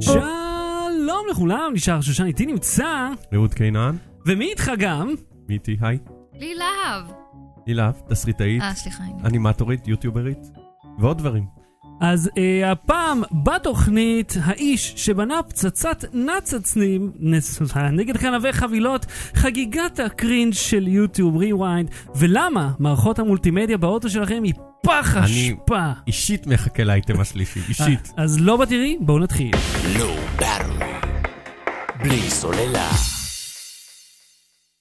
שלום לכולם, נשאר שושן איתי נמצא, רעות קינן, ומי איתך גם? מי איתי? היי. לי להב. לי להב, תסריטאית, אה, סליחה, הנה. אנימטורית, יוטיוברית, ועוד דברים. אז אה, הפעם בתוכנית, האיש שבנה פצצת נצצנים נס... נגד קנבי חבילות, חגיגת הקרינג' של יוטיוב ריוויינד, ולמה מערכות המולטימדיה באוטו שלכם היא פח אני- אשפה. אישית מחכה לאייטם השלישי, אישית. אה, אז לא בתראי, בואו נתחיל. לא ברור. בלי סוללה.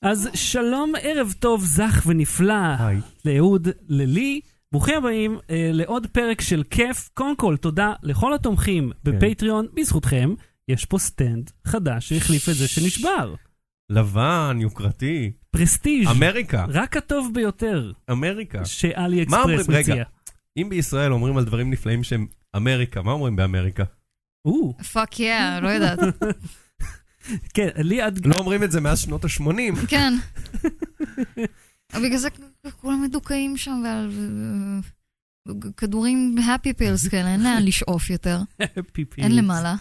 אז שלום, ערב טוב, זך ונפלא. היי. לאהוד, ללי. ברוכים הבאים אה, לעוד פרק של כיף. קודם כל, תודה לכל התומכים כן. בפטריון, בזכותכם. יש פה סטנד חדש שהחליף את זה שנשבר. לבן, יוקרתי, פרסטיג', אמריקה, רק הטוב ביותר אמריקה. שאלי אה. מה אומרים- אקספרס מציע. רגע. אם בישראל אומרים על דברים נפלאים שהם אמריקה, מה אומרים באמריקה? או, פאק יא, לא יודעת. כן, לי עד... לא אומרים את זה מאז שנות ה-80. כן. בגלל זה כולם מדוכאים שם ועל אה, כדורים happy pills כאלה, אין לאן לשאוף יותר. פיפי. אין למעלה.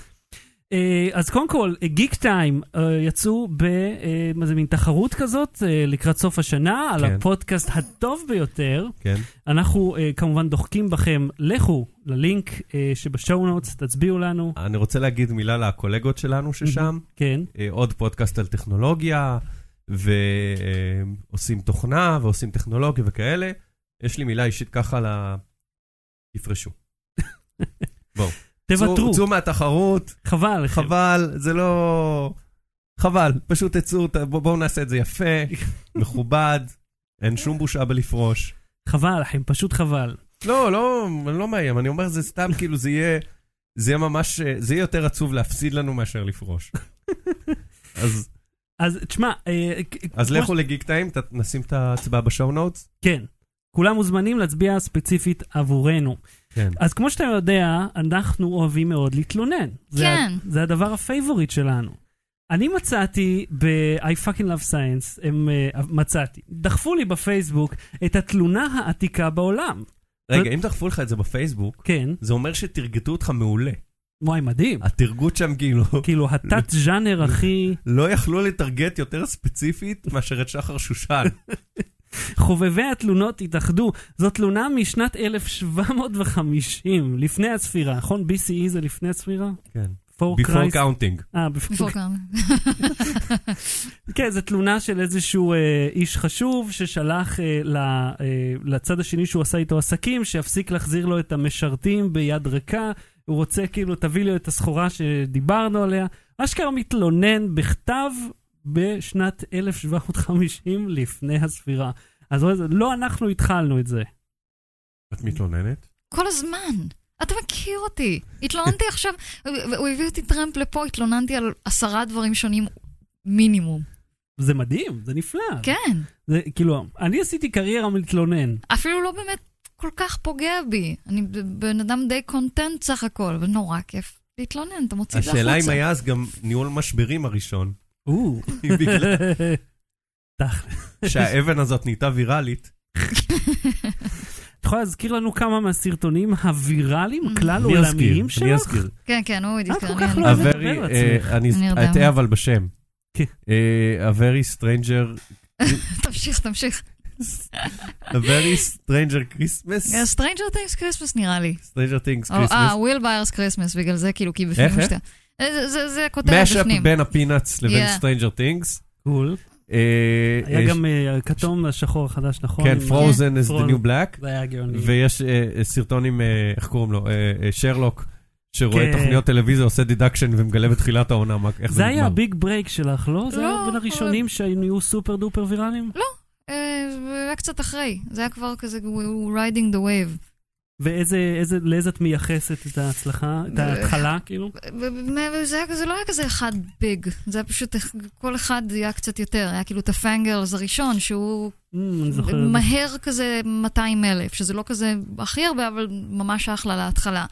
אה, אז קודם כל, גיק טיים אה, יצאו ב... אה, מה זה, מין תחרות כזאת אה, לקראת סוף השנה, על כן. הפודקאסט הטוב ביותר. כן. אנחנו uh, כמובן דוחקים בכם, לכו ללינק uh, שבשואו נוטס, תצביעו לנו, אני רוצה להגיד מילה לקולגות שלנו ששם. כן. אה, עוד פודקאסט על טכנולוגיה, ועושים תוכנה, ועושים טכנולוגיה וכאלה. יש לי מילה אישית ככה ל... תפרשו. תוותרו, צאו- צאו מהתחרות, חבל, לכם. חבל, זה לא... חבל, פשוט תצאו, ת- בוא- בואו נעשה את זה יפה, מכובד, אין שום בושה בלפרוש. חבל לכם, פשוט חבל. לא, לא, אני לא מאיים, אני אומר זה סתם, כאילו זה יהיה... זה יהיה ממש, אה, זה יהיה יותר עצוב להפסיד לנו מאשר לפרוש. אז, אז תשמע, אה, כ- אז כמו לכו לגיק טיים, ת- נשים את ההצבעה בשואו נוטס. ש- כן. כולם מוזמנים להצביע ספציפית עבורנו. כן. אז כמו שאתה יודע, אנחנו אוהבים מאוד להתלונן. זה, ה- כן. זה הדבר הפייבוריט שלנו. אני מצאתי ב-I fucking love science, הם אה, מצאתי, דחפו לי בפייסבוק את התלונה העתיקה בעולם. רגע, אם דחפו לך את זה בפייסבוק, כן, זה אומר שתרגטו אותך מעולה. וואי, מדהים. התרגות שם כאילו, כאילו, התת-ז'אנר הכי... לא יכלו לטרגט יותר ספציפית מאשר את שחר שושן. חובבי התלונות התאחדו. זו תלונה משנת 1750, לפני הספירה, נכון? BCE זה לפני הספירה? כן. For Before Christ. counting. אה, before Before come. כן, זו תלונה של איזשהו אה, איש חשוב ששלח אה, ל, אה, לצד השני שהוא עשה איתו עסקים, שיפסיק להחזיר לו את המשרתים ביד ריקה. הוא רוצה כאילו, תביא לי את הסחורה שדיברנו עליה. אשכרה מתלונן בכתב בשנת 1750 לפני הספירה. אז רואה, זה- לא אנחנו התחלנו את זה. את מתלוננת? כל הזמן. אתה מכיר אותי. התלוננתי עכשיו, הוא הביא אותי טראמפ לפה, התלוננתי על עשרה דברים שונים מינימום. זה מדהים, זה נפלא. כן. זה כאילו, אני עשיתי קריירה מלהתלונן. אפילו לא באמת כל כך פוגע בי. אני ב- בן אדם די קונטנט סך הכל, אבל נורא כיף להתלונן, אתה מוציא את זה החוצה. השאלה אם היה אז גם ניהול משברים הראשון. או. בגלל תכל'ס. שהאבן הזאת נהייתה ויראלית. את יכולה להזכיר לנו כמה מהסרטונים הוויראליים, Mm. כלל מי יזכיר? עולמיים שלך? אני אזכיר. כן, כן, הוא כל התקרב. כך לא- A לדבר very, על אה, עצמך. אני אני יודעת. אטעה אבל בשם. כן. אה, A very stranger, תמשיך, תמשיך. a very stranger Christmas. Stranger Things Christmas נראה לי. stranger things או, אה, Christmas. Will Byers Christmas, בגלל זה כאילו, כי בפנים איך, איך? שתי... זה- זה- זה הכותרת משאפ בפנים. בין הפינאץ לבין Yeah. stranger things. קול. אה, היה יש- גם אה, הכתום השחור החדש, נכון? כן, עם- Frozen is the Frozen. new black. זה היה גאוני. ויש אה, אה, סרטון עם, אה, איך קוראים לו? אה, אה, שרלוק, שרואה כן. תוכניות טלוויזיה, עושה דידקשן ומגלה בתחילת העונה מה- איך זה זה היה נגמר. הביג ברייק שלך, לא? זה לא, היה בין הראשונים שהיו סופר דופר ויראליים? אה, זה היה קצת אחרי. זה היה כבר כזה, הוא riding the wave. ואיזה, איזה- לאיזה את מייחסת את ההצלחה, את אה. ההתחלה, כאילו? זה היה כזה, לא היה כזה אחד ביג. זה היה פשוט, כל אחד היה קצת יותר. היה כאילו את הפנגרס הראשון, שהוא Mm, אני זוכר. את זה. מהר כזה 200 אלף, שזה לא כזה הכי הרבה, אבל ממש אחלה להתחלה.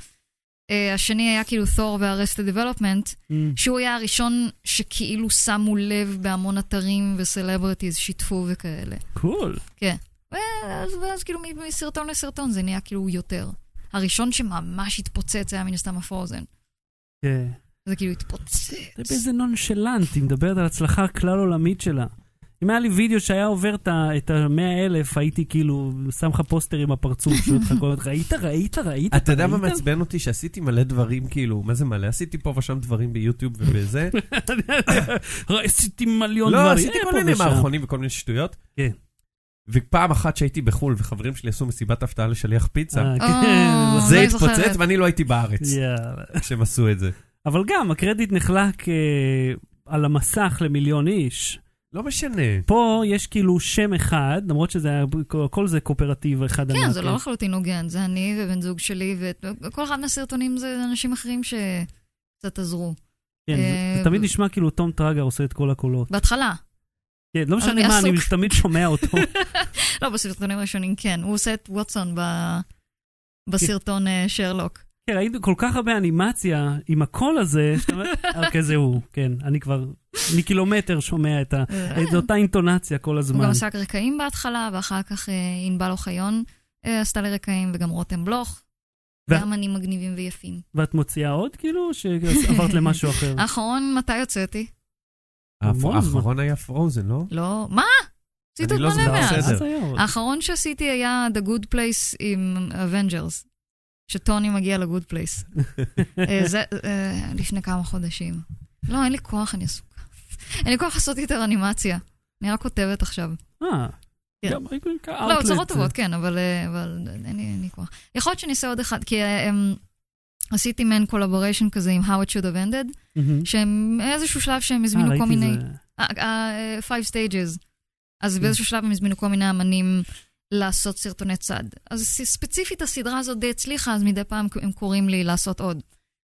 אה, השני היה כאילו תור והרסט דבלופמנט, Mm. שהוא היה הראשון שכאילו שמו לב בהמון אתרים וסלברטיז שיתפו וכאלה. קול. ואז, ואז כאילו מ- מסרטון לסרטון זה נהיה כאילו יותר. הראשון שממש התפוצץ היה מן הסתם הפרוזן. כן. זה כאילו התפוצץ. תראה באיזה נונשלנט, היא מדברת על הצלחה כלל עולמית שלה. אם היה לי וידאו שהיה עובר את ה- את המאה אלף, הייתי כאילו, שם לך פוסטר עם הפרצוף, שואל אותך כל הזמן, ראית, ראית, ראית? אתה יודע מה ראית?" מעצבן אותי? שעשיתי מלא דברים, כאילו, מה זה מלא? עשיתי פה ושם דברים ביוטיוב ובזה. "ראי, עשיתי מיליון דברים. לא, עשיתי אה, כל פה מיני ושם. מערכונים וכל מיני שטויות. כן. ופעם אחת שהייתי בחו"ל וחברים שלי עשו מסיבת הפתעה לשליח פיצה, אה, אה, כן, זה אני זוכרת. התפוצץ ואני לא הייתי בארץ יאללה. כשהם עשו את זה. אבל גם, הקרדיט נחלק אה, על המסך למיליון איש. לא משנה. פה יש כאילו שם אחד, למרות שזה היה, כל זה קואופרטיב אחד כן, ענק. זה לא לחלוטין הוגן, זה אני ובן זוג שלי, וכל אחד מהסרטונים זה אנשים אחרים שקצת עזרו. כן, זה- אה, זה תמיד נשמע כאילו תום טרגר עושה את כל הקולות. בהתחלה. כן, לא אבל משנה מה, אני עסוק. תמיד שומע אותו. לא, בסרטונים הראשונים כן. הוא עושה את ווטסון ב... בסרטון אה, שרלוק. כן, ראיתי כל כך הרבה אנימציה עם הקול הזה, שאתה אומר, אוקיי, זה הוא, כן, אני כבר מקילומטר שומע את ה... אה, את אותה אינטונציה כל הוא הזמן. גם עשה רקעים בהתחלה, ואחר כך אה, ענבל אוחיון אה, עשתה לי רקעים, וגם רותם בלוך. ו- גם אני מגניבים ויפים. ואת מוציאה עוד, כאילו, או שעברת למשהו אחר? אה, האחרון, מתי הוצאתי? המון האחרון היה פרוזן, לא? לא... מה? עשיתי עוד לא מלא זוכר, מאז. בסדר. אז היה עוד. האחרון שעשיתי היה The Good Place עם Avengers, שטוני מגיע ל-Good Place. אה, זה אה, לפני כמה חודשים. לא, אין לי כוח, אני עסוקה. אין לי כוח לעשות יותר אנימציה. אני רק כותבת עכשיו. אה. כן. גם- לא, outlet. צרות טובות, כן, אבל, אה, אבל אין לי, אין לי כוח. יכול להיות שאני אעשה עוד אחד, כי אה, אמ, עשיתי מעין קולבוריישן כזה עם How It Should Have Ended, מהמם. שהם איזשהו שלב שהם אה, הזמינו כל ראיתי מיני... זה. Mm. אה, אה, Five Stages. אז באיזשהו שלב הם הזמינו כל מיני אמנים לעשות סרטוני צד. אז ס- ספציפית הסדרה הזאת די הצליחה, אז מדי פעם הם קוראים לי לעשות עוד.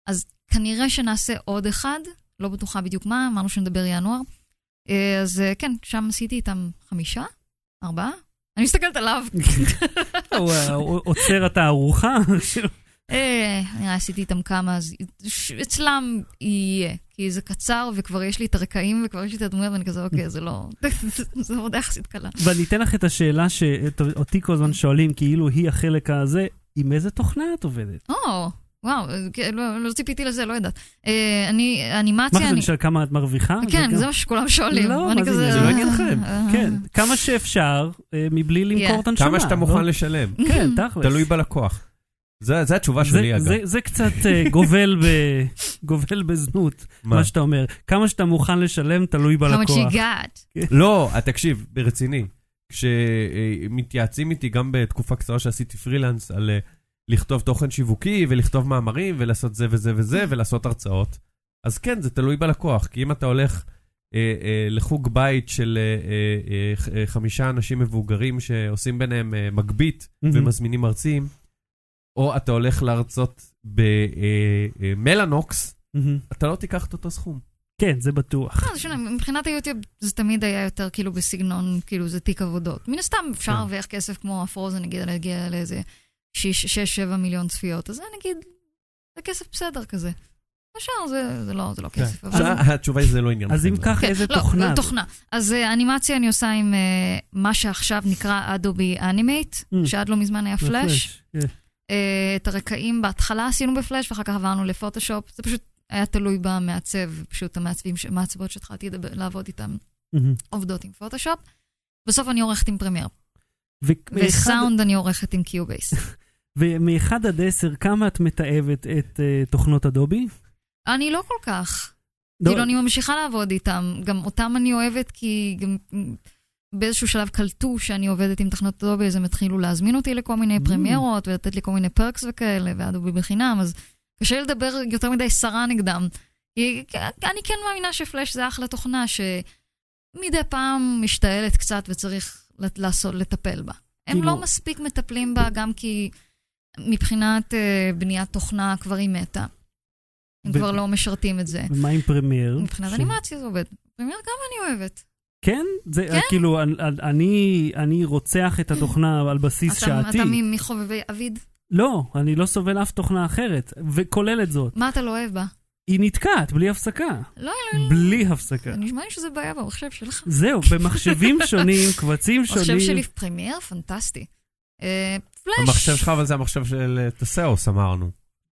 אז כנראה שנעשה עוד אחד, לא בטוחה בדיוק מה, אמרנו שנדבר ינואר. אה, אז אה, כן, שם עשיתי איתם חמישה, ארבעה. אני מסתכלת עליו. הוא אה, הוא עוצר כאילו. את הארוחה. אה, אני עשיתי איתם כמה, אז ש- אצלם יהיה. כי זה קצר, וכבר יש לי את הרקעים, וכבר יש לי את הדמויות, ואני כזה, אוקיי, זה לא... זה עבודה יחסית קלה. ואני אתן לך את השאלה שאותי כל הזמן שואלים, כאילו היא החלק הזה, עם איזה תוכנה את עובדת? או, וואו, כן, לא, לא ציפיתי לזה, לא יודעת. אה, אני, אנימציה, מה זה אני... נשאל כמה את מרוויחה? כן, גם- זה מה שכולם שואלים. לא, ואני מה זה כזה, עניין? זה לא עניין לכם. אה, כן, כמה שאפשר, אה, מבלי למכור Yeah. את הנשמה. כמה שאתה לא? מוכן לשלם. כן, תכלס. תלוי בלקוח. זה זה התשובה זה- שלי, אגב. זה- זה קצת אה, גובל ב- גובל בזנות, מה? מה שאתה אומר. כמה שאתה מוכן לשלם, תלוי How much בלקוח. you got. לא, אה, תקשיב, ברציני. כשמתייעצים איתי, גם בתקופה קצרה שעשיתי פרילנס, על אה, לכתוב תוכן שיווקי ולכתוב מאמרים ולעשות זה וזה וזה ולעשות הרצאות, אז כן, זה תלוי בלקוח. כי אם אתה הולך אה, אה, לחוג בית של אה, אה, אה, ח- אה, חמישה אנשים מבוגרים שעושים ביניהם אה, מגבית, מהמם. ומזמינים מרצים, או אתה הולך להרצות במלאנוקס, מהמם. אתה לא תיקח את אותו סכום. כן, זה בטוח. לא, זה שונה, מבחינת היוטיוב זה תמיד היה יותר כאילו בסגנון, כאילו זה תיק עבודות. מן הסתם אפשר כן. להרוויח כסף כמו הפרוזן, נגיד, להגיע לאיזה 6-7 מיליון צפיות, אז זה נגיד, זה כסף בסדר כזה. השאר זה, זה, לא, זה לא כסף. אבל- אז התשובה היא זה לא עניין. אז אם חבר'ה. כך, כן, כן. אה, איזה לא, תוכנה? לא, תוכנה. אז אה, אנימציה אני עושה עם אה, מה שעכשיו נקרא אדובי אנימייט, Mm. שעד לא מזמן היה זה פלאש. כן. אה, את הרקעים בהתחלה עשינו בפלאש, ואחר כך עברנו לפוטושופ. זה פשוט היה תלוי במעצב, פשוט המעצבים, ש- המעצבות שהתחלתי לדבר- לעבוד איתן מהמם. עובדות עם פוטושופ. בסוף אני עורכת עם פרמייר, ו- מאחד- וסאונד אני עורכת עם קיובייס. ומאחד עד עשר, כמה את מתעבת את אה, תוכנות אדובי? אני לא כל כך. לא, כאילו, אני ממשיכה לעבוד איתם. גם אותם אני אוהבת, כי גם מ, באיזשהו שלב קלטו שאני עובדת עם תחנות אדובי, אז הם התחילו להזמין אותי לכל מיני Mm. פרמיירות, ולתת לי כל מיני פרקס וכאלה, ואדובי בחינם, אז קשה לי לדבר יותר מדי סרה נגדם. כי- כי- אני כן מאמינה שפלאש זה אחלה תוכנה, שמדי פעם משתעלת קצת וצריך לת- לעשות, לטפל בה. הם כאילו- לא מספיק מטפלים בה, גם כי מבחינת אה, בניית תוכנה כבר היא מתה. הם ו- כבר לא משרתים את זה. ומה עם לא פרמייר? מבחינת ש- אנימציה זה עובד. פרמייר גם אני אוהבת. כן? זה כן. כאילו, אני- אני- אני רוצח את התוכנה על בסיס אתה- שעתי. אתה מ- מחובבי אביד? לא, אני לא סובל אף תוכנה אחרת, וכולל את זאת. מה אתה לא אוהב בה? היא נתקעת בלי הפסקה. לא, בלי כן. הפסקה. נשמע לי שזה בעיה במחשב שלך. זהו, במחשבים שונים, קבצים המחשב שונים. שלי פרמייר? פנטסטי. אה, פלאש. המחשב שלך, אבל זה המחשב של אה, תסאוס, אמרנו.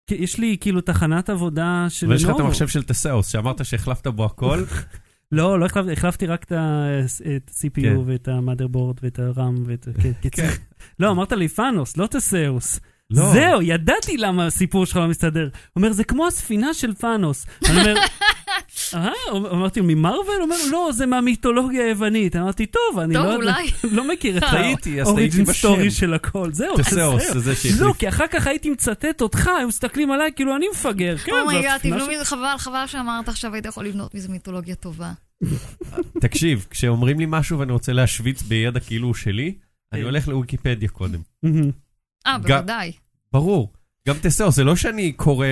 כי יש לי כאילו תחנת עבודה של ויש לך את לנובו. המחשב של תסאוס, שאמרת שהחלפת בו הכל. לא, לא החלפתי, החלפתי רק את כן. ה-CPU ואת ה-motherboard ואת ה-RAM ואת... כן, קיצר. לא, אמרת לי פאנוס, לא תסאוס. לא. זהו, ידעתי למה הסיפור שלך לא מסתדר. הוא אומר, זה כמו הספינה של פאנוס. אני אומר, אה? אמרתי, ממרוויל? הוא אומר, לא, זה מהמיתולוגיה היוונית. אמרתי, טוב, אני טוב, לא יודע- אולי. לא מכיר את טעיתי, אז טעיתי ה-origin בשם. story של הכל. זהו, תסאוס, זהו. זה זה לא, שהחליף. כי אחר כך הייתי מצטט אותך, היו מסתכלים עליי כאילו אני מפגר. כן, זו אומייגאד, הספינה Oh תבנו של- מזה, חבל, חבל שאמרת עכשיו, היית יכול לבנות מזה מיתולוגיה טובה. תקשיב, כשאומרים לי משהו ואני רוצה להשוויץ בידע כאילו הוא שלי, אני כן. הולך לוויקיפדיה קודם. מהמם. אה, גם- בוודאי. ברור. גם תסאוס, זה לא שאני קורא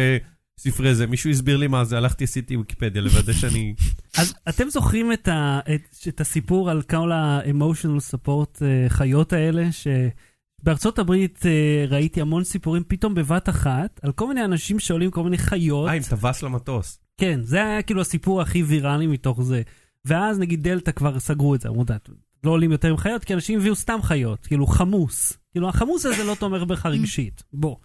ספרי זה, מישהו הסביר לי מה זה, הלכתי עשיתי ויקיפדיה לוודא שאני... אז אתם זוכרים את, ה, את, את הסיפור על כל ה-emotional support אה, חיות האלה, שבארצות הברית אה, ראיתי המון סיפורים פתאום בבת אחת, על כל מיני אנשים שעולים כל מיני חיות. אה, עם טווס למטוס. כן, זה היה כאילו הסיפור הכי ויראלי מתוך זה. ואז נגיד דלתא כבר סגרו את זה, אמרו, "דת, לא עולים יותר עם חיות, כי אנשים הביאו סתם חיות, כאילו חמוס. כאילו החמוס הזה לא תומך בך רגשית, בוא.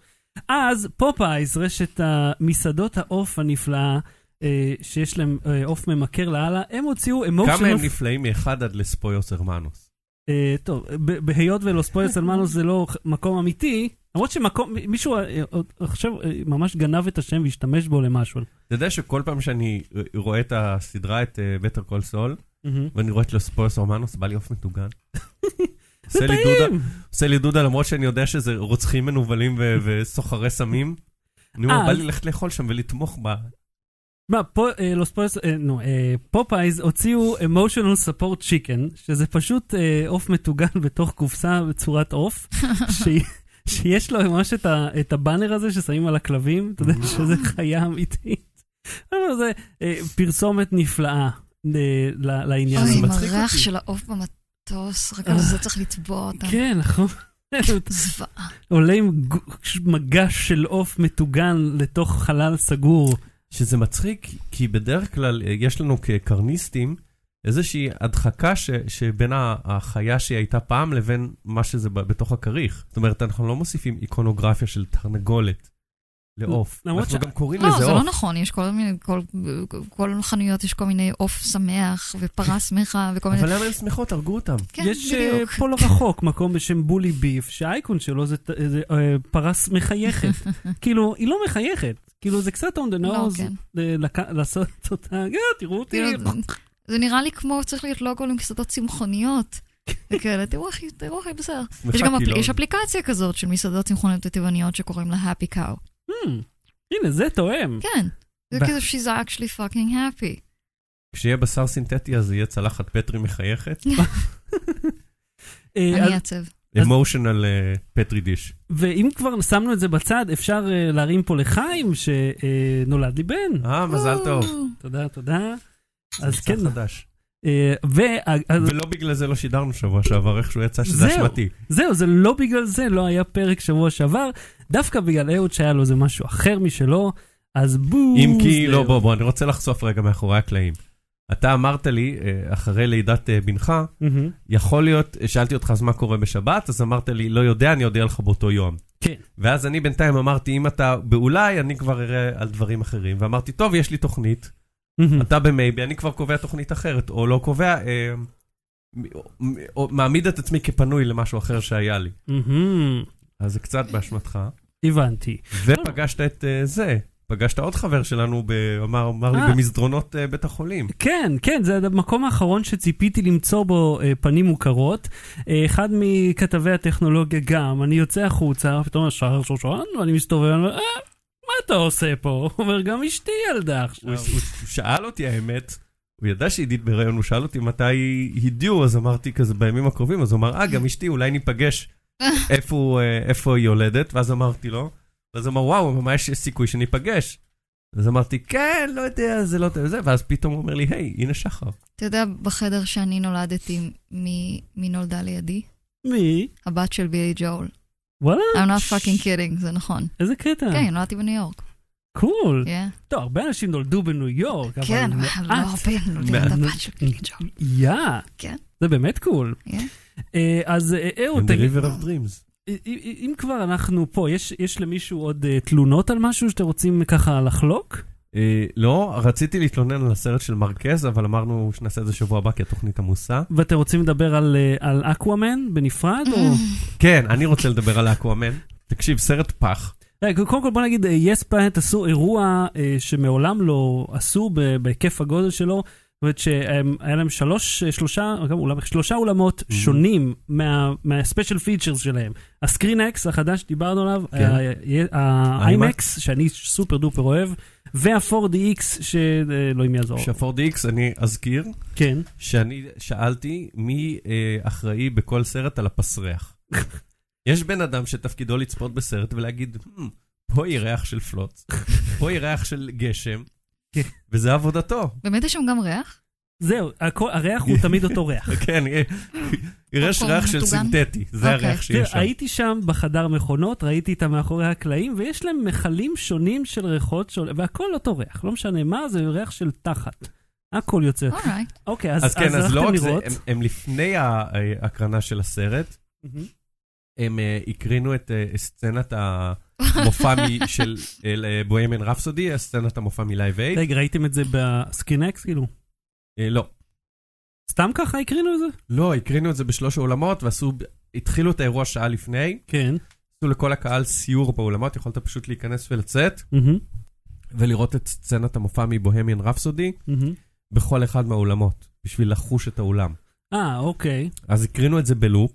אז פופאייז, רשת המסעדות העוף הנפלאה, אה, שיש להם אה, עוף ממכר לאללה, הם הוציאו כמה הם אמושיונל... נפלאים מאחד עד לספויוס הרמנוס. אה, טוב, ב- בהיות ולוספויוס אלמנוס זה לא ח- מקום אמיתי, למרות שמקום, מישהו אה, עוד- עכשיו אה, ממש גנב את השם והשתמש בו למשהו. אתה יודע שכל פעם שאני אה, רואה את הסדרה, את אה, בטר קול סול, ואני רואה את לספויוס הרמנוס, בא לי עוף מטוגן. עושה זה לי דודה, טעים! עושה לי דודה למרות שאני יודע שזה רוצחים מנוולים ו- וסוחרי סמים. אני אומר, אה, בא אז- לי ללכת לאכול שם ולתמוך בה. מה, פה, אה, לוס פויס, אה, נו, אה, פופאיז הוציאו emotional support chicken, שזה פשוט אה, עוף מטוגן בתוך קופסה בצורת עוף, שהיא- שיש לו ממש את, ה, את הבאנר הזה ששמים על הכלבים, אתה יודע שזה חיה אמיתית. אבל זה אה, פרסומת נפלאה אה, ל- לעניין אוי, הזה. עם מצחיק הריח אותי. של העוף במטוס, רק על זה צריך לתבוע אותם. כן, נכון. זוועה. עולה עם גו- מגש של עוף מטוגן לתוך חלל סגור. שזה מצחיק, כי בדרך כלל אה, יש לנו כקרניסטים איזושהי הדחקה ש, שבין ה- החיה שהיא הייתה פעם לבין מה שזה ב- בתוך הכריך. זאת אומרת, אנחנו לא מוסיפים איקונוגרפיה של תרנגולת לעוף. למרות אנחנו ש- גם קוראים לא, לזה זה לא עוף. נכון, יש כל מיני, כל- כל חנויות יש כל מיני עוף שמח ופרה שמחה וכל מיני... אבל למה הן שמחות? הרגו אותם. כן, נכון. יש אה, בדיוק. פה לא רחוק מקום בשם בולי ביף, שהאייקון שלו זה ת- זה, אה, פרס מחייכת. כאילו, היא לא מחייכת. כאילו, זה קצת on the לא, nose כן. אה, לק- לעשות אותה, "אה, תראו אותי. כאילו, זה נראה לי כמו, צריך להיות לוגו למסעדות צמחוניות. וכאלה, תראו איך היא, תראו איך היא בסדר. יש שמחה גם כי אפל- לא- יש אפליקציה כזאת של מסעדות צמחוניות וטבעוניות שקוראים לה Happy Cow. Hmm, הנה, זה תואם. כן. זה ב- כאילו she's actually fucking happy. כשיהיה בשר סינתטי אז יהיה צלחת פטרי מחייכת. אה, אז- אני אעצב. אז- אמושיונל אה, פטרי דיש. ואם כבר שמנו את זה בצד, אפשר אה, להרים פה לחיים, שנולד לי בן. אה, מזל טוב. תודה, תודה. אז זה כן, מבצע חדש. אה, וה- אז- ולא בגלל זה לא שידרנו שבוע שעבר, איכשהו יצא שזה זהו. אשמתי. זהו, זה לא בגלל זה, לא היה פרק שבוע שעבר, דווקא בגלל אהוד שהיה לו איזה משהו אחר משלו, אז בוז. אם כי, לאהוד. לא, בוא, בוא, אני רוצה לחשוף רגע מאחורי הקלעים. אתה אמרת לי, אה, אחרי לידת אה, בנך, מהמם. יכול להיות, אה, שאלתי אותך אז מה קורה בשבת, אז אמרת לי, לא יודע, אני אודיע לך באותו יום. כן. ואז אני בינתיים אמרתי, אם אתה באולי, אני כבר אראה על דברים אחרים. ואמרתי, טוב, יש לי תוכנית, מהמם. אתה במייבי, אני כבר קובע תוכנית אחרת, או לא קובע, אה, מ- או- מ- או מעמיד את עצמי כפנוי למשהו אחר שהיה לי. מהמם. אז זה קצת באשמתך. הבנתי. ופגשת את אה, זה, פגשת עוד חבר שלנו, ב- אמר אמר לי, אה. במסדרונות אה, בית החולים. כן, כן, זה המקום האחרון שציפיתי למצוא בו אה, פנים מוכרות. אה, אחד מכתבי הטכנולוגיה גם, אני יוצא החוצה, פתאום השער שושן, ואני מסתובב, אני אומר, אה, מה אתה עושה פה? הוא אומר, גם אשתי ילדה הוא עכשיו. הוא שאל אותי האמת, הוא ידע שעידית בהיריון, הוא שאל אותי מתי הדיעו, אז אמרתי כזה בימים הקרובים, אז הוא אמר, אה, גם אשתי, אולי ניפגש איפה הוא, אה, איפה היא יולדת, ואז אמרתי לו, ואז הוא אמר, וואו, מה יש סיכוי שניפגש? אז אמרתי, כן, לא יודע, זה לא זה, ואז פתאום הוא אומר לי, היי, הנה שחר. אתה יודע, בחדר שאני נולדתי, מי- מי נולדה לידי? מי? הבת של בילי ג'ול. וואלה, I'm not fucking kidding, זה נכון. איזה קטע. כן, נולדתי בניו יורק. קול. כן. טוב, הרבה אנשים נולדו בניו יורק, אבל כן, אבל לא מעט. הרבה נולדים את מעט. הבת של בילי ג'ול. יא. כן. זה באמת קול. כן. אה, אז אה, In אהוד, the תגיד, river of dreams. אם- אם אם כבר אנחנו פה, יש- יש למישהו עוד אה, תלונות על משהו שאתם רוצים ככה לחלוק? אה, לא, רציתי להתלונן על הסרט של מרקז, אבל אמרנו שנעשה את זה שבוע הבא כי התוכנית עמוסה. ואתם רוצים לדבר על, אה, על אקוואמן בנפרד? או... כן, אני רוצה לדבר על אקוואמן. תקשיב, סרט פח. אה, קודם כל בוא נגיד, יס פלנט עשו אירוע אה, שמעולם לא עשו ב- בהיקף הגודל שלו. זאת אומרת שהיה להם שלוש, אה, שלושה, גם אולם, שלושה אולמות שונים מה- מהספיישל פיצ'רס שלהם. הסקרין אקס החדש שדיברנו עליו, כן. האיימקס, שאני סופר דופר אוהב, וה-4DX, שאלוהים אה, לא, יעזור. שפורד איקס, אני אזכיר כן. שאני שאלתי מי אה, אחראי בכל סרט על הפסרח. יש בן אדם שתפקידו לצפות בסרט ולהגיד, "Hmm, פה יהיה ריח של פלוץ, פה יהיה ריח של גשם, כן. וזה עבודתו. באמת יש שם גם ריח? זהו, הכל- הריח הוא תמיד אותו ריח. כן, יהיה- יש פופקורן ריח של מטוגן? סינתטי, זה אוקיי. הריח שיש אוקיי, תראה, שם. הייתי שם בחדר מכונות, ראיתי את המאחורי הקלעים, ויש להם מכלים שונים של ריחות, שול... והכל אותו ריח, לא משנה מה, זה ריח של תחת. הכל יוצא. אורייט. אוקיי, אז, אז כן, אז הלכתם לא רק זה, לראות. הם- הם לפני ההקרנה של הסרט, מהמם. הם אה, הקרינו את אה, סצנת המופע מ- Mm. של בוהמן רפסודי, סצנת המופע מלייב אייד. רגע, ראיתם את זה בסקינקס, כאילו? אה, לא. סתם ככה הקרינו את זה? לא, הקרינו את זה בשלוש האולמות, ועשו, התחילו את האירוע שעה לפני, כן. עשו לכל הקהל סיור באולמות, יכולת פשוט להיכנס ולצאת, מהמם, ולראות. לראות את סצנת המופע מבוהמיאן רפסודי מהמם. בכל אחד מהאולמות, בשביל לחוש את האולם. אה, אוקיי. אז הקרינו את זה בלופ.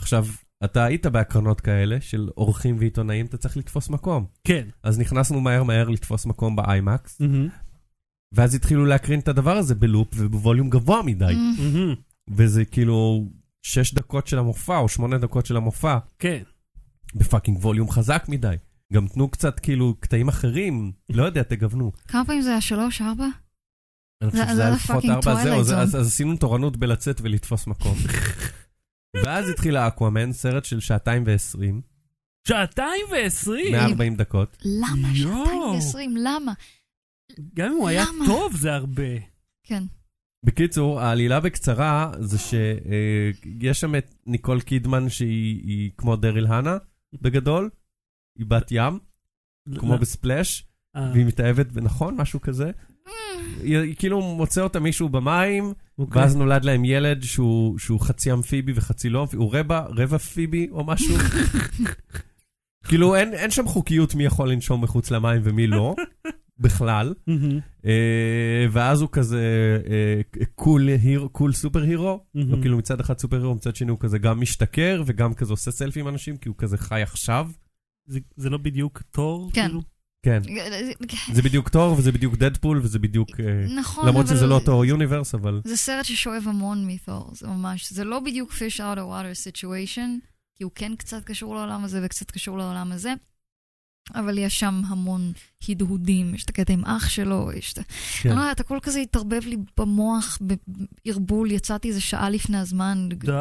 עכשיו, אתה היית בהקרנות כאלה של עורכים ועיתונאים, אתה צריך לתפוס מקום. כן. אז נכנסנו מהר מהר לתפוס מקום באיימקס, מהמם, ואז התחילו להקרין את הדבר הזה בלופ ובווליום גבוה מדי. Mm. מהמם. וזה כאילו שש דקות של המופע, או שמונה דקות של המופע, כן. בפאקינג ווליום חזק מדי. גם תנו קצת כאילו קטעים אחרים, לא יודע, תגוונו. כמה פעמים זה היה? שלוש, ארבע? אני חושב זה- שזה זה היה לא לפחות fucking ארבע, זהו, Twilight זה- Zone. אז אז עשינו תורנות בלצאת ולתפוס מקום. ואז התחיל האקוואמן, סרט של שעתיים ועשרים, שעתיים ועשרים? 140 דקות. למה? שעתיים יואו. ועשרים, למה? גם אם הוא היה למה? טוב, זה הרבה. כן. בקיצור, העלילה בקצרה זה שיש שם את ניקול קידמן שהיא היא כמו דריל הנה, בגדול, היא בת ים, כמו בספלאש, לא, אה, והיא מתאהבת, נכון? משהו כזה. היא היא כאילו מוצא אותה מישהו במים, אוקיי. ואז נולד להם ילד שהוא שהוא חצי אמפיבי וחצי לא אמפיבי, הוא רבע, רבע פיבי או משהו. כאילו אין אין שם חוקיות מי יכול לנשום מחוץ למים ומי לא, בכלל. מהמם, אה, ואז הוא כזה אה, קול היר- קול סופר הירו, מהמם. הוא כאילו מצד אחד סופר הירו, מצד שני הוא כזה גם משתכר וגם כזה עושה סלפי עם אנשים, כי הוא כזה חי עכשיו. זה- זה לא בדיוק תור? כן. כאילו? כן, זה בדיוק תור וזה בדיוק דדפול וזה בדיוק... אה, נכון, למרות אבל שזה לא אותו יוניברס, אבל... זה סרט ששואב המון מתור, זה ממש, זה לא בדיוק fish out of water situation, כי הוא כן קצת קשור לעולם הזה וקצת קשור לעולם הזה, אבל יש שם המון הדהודים, יש את הקטע עם אח שלו, יש את... כן. כן. אני לא יודעת, הכל כזה התערבב לי במוח, בערבול, יצאתי איזה שעה לפני הזמן. די.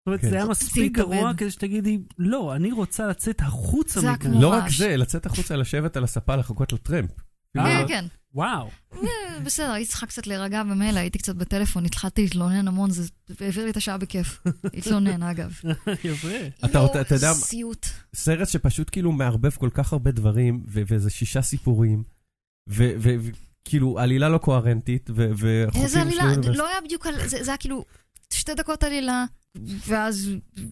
זאת אומרת, כן. זה היה מספיק להתאבד. גרוע כדי שתגידי, לא, אני רוצה לצאת החוצה זה היה מכאן. כמו- לא רק ממש. זה, לצאת החוצה, לשבת על הספה, לחכות לטרמפ. כאילו, אה. כן, כן. וואו. אה, בסדר, הייתי צריכה קצת להירגע במילא, הייתי קצת בטלפון, התחלתי להתלונן המון, זה העביר לי את השעה בכיף. התלונן, אגב. יפה. אתה רוצה- אתה יודע לא מה- סיוט. סרט שפשוט כאילו מערבב כל כך הרבה דברים, ו- ואיזה שישה סיפורים, וכאילו עלילה לא קוהרנטית, ו- וחוקים איזה של עלילה, יוניברס. לא היה בדיוק, על- זה זה היה כאילו שתי דקות עלילה, ואז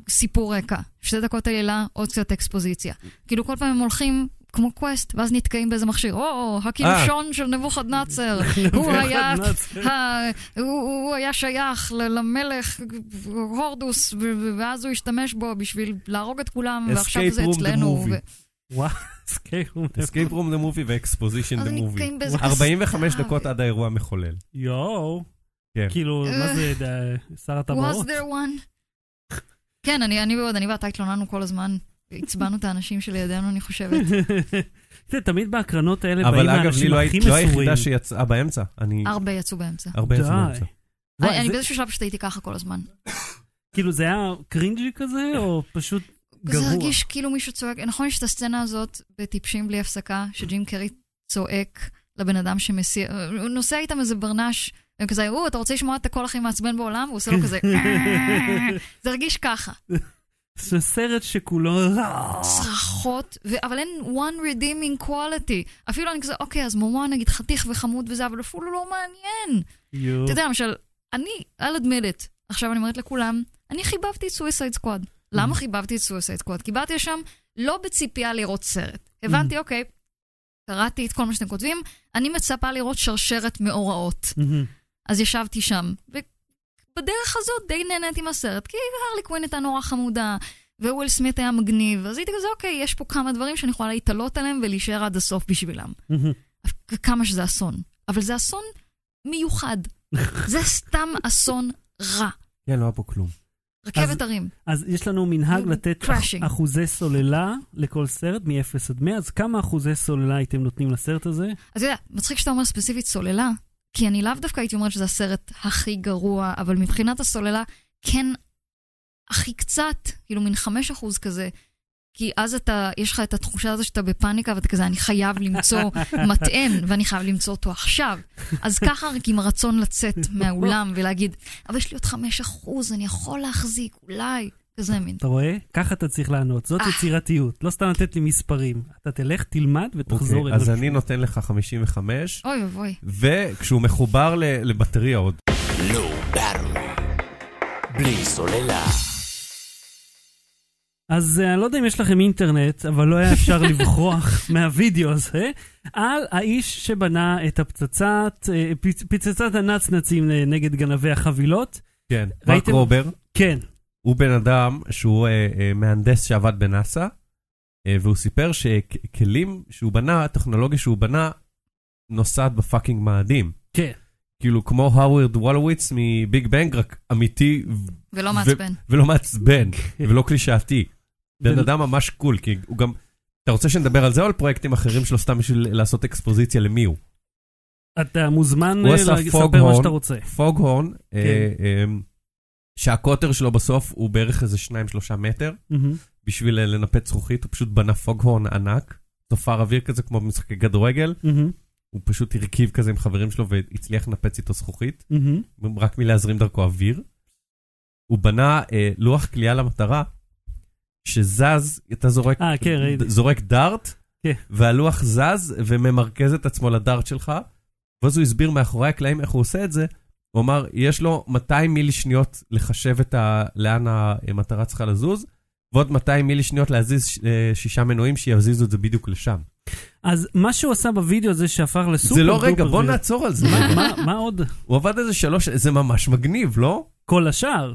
סיפור רקע. שתי דקות עלילה, עוד קצת אקספוזיציה. כאילו כל פעם הם הולכים... כמו קווסט, ואז נתקעים באיזה מכשיר. או, אה. הקינשון של נבוכדנצר, הוא היה ה- הוא- הוא היה שייך ל- למלך הורדוס, ו- ו- ואז הוא השתמש בו בשביל להרוג את כולם, ועכשיו Escape זה room the אצלנו. movie. ו- וואו, escape room. Escape Room the Movie ו-Exposition אז אה, the הם Movie. נתקעים באיזה... 45 כס- דקות עד האירוע המחולל. יואו. כן. כאילו, מה אה. זה, אה, שר Was הטבעות? there one? כן, אני אני ועוד, אני ואתה התלוננו כל הזמן. עצבנו את האנשים שלידינו, אני חושבת. זה תמיד בהקרנות האלה באים אבל אגב, לי האנשים לא הכי היית- לא מסורים. היחידה שיצאה באמצע. אני הרבה יצאו באמצע. הרבה יצאו די. באמצע. וואי, אני אני זה- באיזשהו שלב פשוט הייתי ככה כל הזמן. כאילו, זה היה קרינג'י כזה, או פשוט זה גרוע? הרגיש כאילו מישהו צועק, נכון, יש את הסצנה הזאת בטיפשים בלי הפסקה, שג'ים קרי צועק לבן אדם שמסיע, הוא נוסע איתם איזה ברנש, הם כזה, או, אתה רוצה לשמוע את הקול הכי מעצבן בעולם? והוא עושה לו כזה, "אה." זה הרגיש ככה. זה סרט שכולו רע. צרחות, ו- אבל אין one redeeming quality. אפילו אני כזה, אוקיי, אז מומואה נגיד חתיך וחמוד וזה, אבל אפילו לא מעניין. יואו. אתה יודע, למשל, אני, I'll admit it, עכשיו אני אומרת לכולם, אני חיבבתי את Suicide Squad. למה חיבבתי את Suicide Squad? כי באתי לשם לא בציפייה לראות סרט. הבנתי, אוקיי, קראתי את כל מה שאתם כותבים, אני מצפה לראות שרשרת מאורעות. מהמם. אז ישבתי שם, ובדרך הזאת די נהניתי מהסרט, כי הרלי קווין הייתה נורא חמודה, וויל סמית היה מגניב, אז הייתי כזה, אוקיי, יש פה כמה דברים שאני יכולה להתעלות עליהם ולהישאר עד הסוף בשבילם. מהמם. וכמה שזה אסון. אבל זה אסון מיוחד. זה סתם אסון רע. כן, לא היה פה כלום. רכבת הרים. אז יש לנו מנהג Mm, לתת crashing. אח- אחוזי סוללה לכל סרט, מ-0 עד 100, אז כמה אחוזי סוללה הייתם נותנים לסרט הזה? אז אתה יודע, מצחיק שאתה אומר ספציפית סוללה, כי אני לאו דווקא הייתי אומרת שזה הסרט הכי גרוע, אבל מבחינת הסוללה, כן, הכי קצת, כאילו מין 5% כזה. כי אז אתה, יש לך את התחושה הזו שאתה בפאניקה ואתה כזה, אני חייב למצוא מטען ואני חייב למצוא אותו עכשיו. אז ככה רק עם הרצון לצאת מהאולם ולהגיד, אבל יש לי עוד 5%, אני יכול להחזיק, אולי, כזה מין. אתה רואה? ככה אתה צריך לענות, זאת אה. יצירתיות. לא סתם לתת לי מספרים. אתה תלך, תלמד ותחזור אוקיי, אלינו אז אני שוב. נותן לך 55, אוי ואבוי. וכשהוא מחובר ל- לבטריה עוד. Low Battery. בלי סוללה. אז אה, אני לא יודע אם יש לכם אינטרנט, אבל לא היה אפשר לברוח מהווידאו הזה, על האיש שבנה את הפצצת, אה, פצ- פצצת הנצנצים אה, נגד גנבי החבילות. כן, מרק ראיתם? רובר. כן, הוא בן אדם שהוא אה, אה, מהנדס שעבד בנאסא, אה, והוא סיפר שכלים שהוא בנה, הטכנולוגיה שהוא בנה, נוסעת בפאקינג מאדים. כן. כאילו כמו האוורד וולוויץ מביג בנג, רק אמיתי ו- ולא ו- מעצבן. ולא מעצבן, כן. ולא קלישאתי. בן אדם ממש קול, כי הוא גם... אתה רוצה שנדבר על זה או על פרויקטים אחרים שלו סתם בשביל לעשות אקספוזיציה למי הוא? כן. אתה מוזמן הוא אה, עשה להגיד- לספר מה פוגהורן. שאתה רוצה. פוגהורן, אה, כן. אה, שהקוטר שלו בסוף הוא בערך איזה 2-3 מטר. מהמם. בשביל אה, לנפץ זכוכית, הוא פשוט בנה פוגהורן ענק, תופר אוויר כזה כמו במשחקי כדורגל, מהמם. הוא פשוט הרכיב כזה עם חברים שלו והצליח לנפץ איתו זכוכית, מהמם. רק מלהזרים דרכו אוויר. הוא בנה אה, לוח כליאה למטרה, שזז, אתה זורק, אה, כן, ראיתי. ד- זורק דארט, כן. והלוח זז וממרכז את עצמו לדארט שלך, ואז הוא הסביר מאחורי הקלעים איך הוא עושה את זה. הוא אמר, יש לו 200 מילי שניות לחשב את ה... לאן המטרה צריכה לזוז, ועוד 200 מילי שניות להזיז ש- אה, שישה מנועים שיזיזו את זה בדיוק לשם. אז מה שהוא עשה בווידאו זה שהפך לסופר זה לא רגע, דופר בוא ויראלי. נעצור על זה. מה- מה- מה עוד? הוא עבד איזה שלוש, זה ממש מגניב, לא? כל השאר.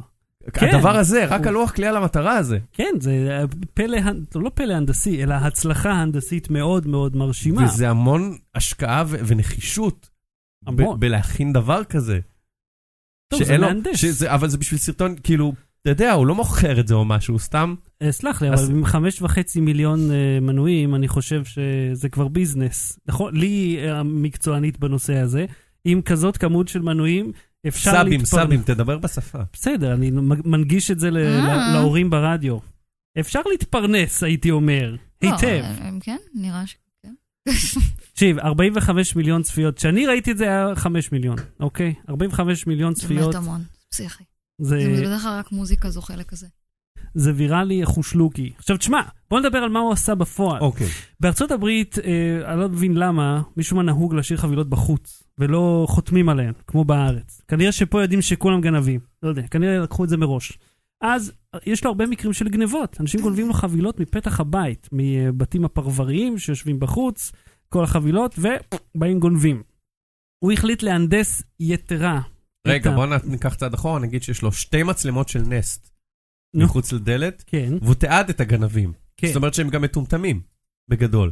כן. הדבר הזה, רק הוא- הלוח כלי על המטרה הזה. כן, זה פלא, לא פלא הנדסי, אלא הצלחה הנדסית מאוד מאוד מרשימה. וזה המון השקעה ו- ונחישות. ב- המון. בלהכין דבר כזה. טוב, זה שאין לו- מהנדס. שזה- אבל זה בשביל סרטון, כאילו, אתה יודע, הוא לא מוכר את זה או משהו, הוא סתם... אה, סלח לי, אבל אז- עם חמש וחצי מיליון אה, מנויים, אני חושב שזה כבר ביזנס. נכון, לי אה, המקצוענית בנושא הזה, עם כזאת כמות של מנויים, אפשר אה, סאבים, להתפרנס. סאבים, תדבר בשפה. בסדר, אני מג- מנגיש את זה ל- אה. ל- להורים ברדיו. אפשר להתפרנס, הייתי אומר. היטב. לא, אה, כן, נראה ש... תקשיב, 45 מיליון צפיות. כשאני ראיתי את זה היה 5 מיליון, אוקיי? 45 מיליון זה באמת צפיות, המון. פסיכי. זה, זה בדרך כלל רק מוזיקה זוכה לכזה. זה ויראלי חושלוקי. עכשיו תשמע, בוא נדבר על מה הוא עשה בפועל. אוקיי. בארצות הברית, אה, אני לא מבין למה, משום מה נהוג להשאיר חבילות בחוץ, ולא חותמים עליהן, כמו בארץ. כנראה שפה יודעים שכולם גנבים. לא יודע, כנראה לקחו את זה מראש. אז אה, יש לו הרבה מקרים של גנבות. אנשים גונבים לו חבילות מפתח הבית, מבתים הפרבריים שיושבים בחוץ, כל החבילות, ובאים גונבים. הוא החליט להנדס יתרה. רגע, את ה- בוא נ- ניקח צעד אחורה, נגיד שיש לו שתי מצלמות של נסט נו. מחוץ לדלת, כן, והוא תיעד את הגנבים. כן. זאת אומרת שהם גם מטומטמים, בגדול.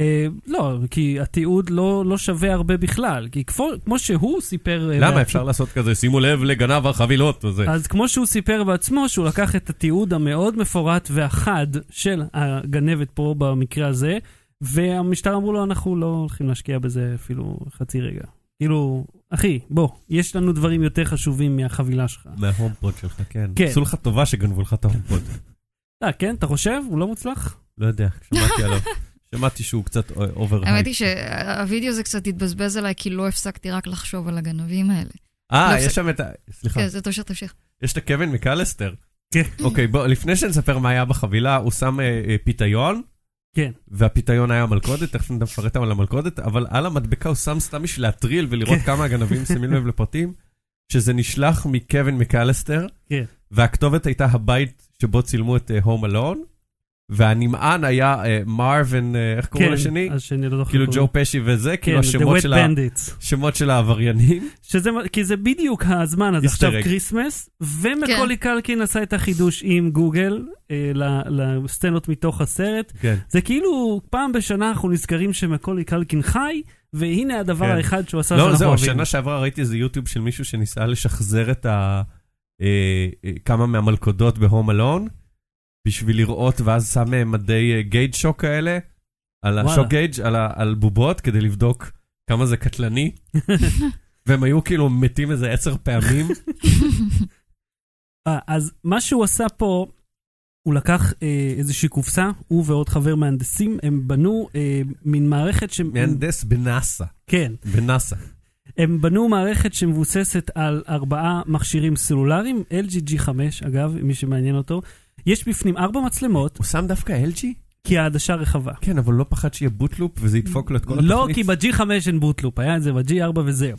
אה, לא, כי התיעוד לא, לא שווה הרבה בכלל. כי כפו, כמו שהוא סיפר... אה, למה בעצמו- אפשר לעשות כזה, שימו לב לגנב החבילות וזה. אז כמו שהוא סיפר בעצמו, שהוא לקח את התיעוד המאוד מפורט והחד של הגנבת פה במקרה הזה, והמשטרה אמרו לו, אנחנו לא הולכים להשקיע בזה אפילו חצי רגע. כאילו, אחי, בוא, יש לנו דברים יותר חשובים מהחבילה שלך. מההומפוד שלך, כן. כן. עשו לך טובה שגנבו לך את ההומפוד. אה, כן? אתה חושב? הוא לא מוצלח? לא יודע, שמעתי עליו. שמעתי שהוא קצת אובר האמת היא שהווידאו הזה קצת התבזבז עליי, כי לא הפסקתי רק לחשוב על הגנבים האלה. אה, לא, כן, יש זה- שם את ה... סליחה. כן, זה טוב שתמשיך. יש את הקווין מקלסטר. כן. אוקיי, בוא, לפני שנספר מה היה בחבילה, הוא שם אה, אה, פיתיון, כן. והפיתיון היה מלכודת, תכף נפרט על המלכודת, אבל על המדבקה הוא שם סתם בשביל להטריל ולראות כן. כמה הגנבים שמים לב לפרטים, שזה נשלח מקווין מקלסטר, כן. והכתובת הייתה הבית שבו צילמו את הום אלון, והנמען היה אה, מרווין, אה, איך קוראים כן, לשני? השני לא זוכר. כאילו קוראים. ג'ו פשי וזה, כאילו כן, The השמות Wet של ה- Bandits. שמות של העבריינים. שזה, כי זה בדיוק הזמן, אז Easter עכשיו egg. כריסמס, ומקולי קלקין עשה את החידוש עם גוגל אה, ל- לסצנות מתוך הסרט. כן. זה כאילו פעם בשנה אנחנו נזכרים שמקולי קלקין חי, והנה הדבר כן. האחד שהוא עשה לא, שאנחנו זהו, אוהבים. שנה שעברה ראיתי איזה יוטיוב של מישהו שניסה לשחזר את ה... אה, אה, כמה מהמלכודות בהום אלון, בשביל לראות, ואז שם אה, מדי אה, גייד שוק כאלה, על השוק וואלה. גייג', על, ה- על בובות, כדי לבדוק כמה זה קטלני. והם היו כאילו מתים איזה עשר פעמים. אה, אז מה שהוא עשה פה, הוא לקח אה, איזושהי קופסה, הוא ועוד חבר מהנדסים, הם בנו אה, מין מערכת ש... מהנדס בנאסא, כן. בנאסא. הם בנו מערכת שמבוססת על ארבעה מכשירים סלולריים, LG G5 אגב, מי שמעניין אותו. יש בפנים ארבע מצלמות, הוא שם דווקא LG? כי העדשה רחבה. כן, אבל הוא לא פחד שיהיה בוטלופ וזה ידפוק לו את כל לא, התוכנית. כי ב-G5 אין בוטלופ, היה את זה ב-G4 וזהו.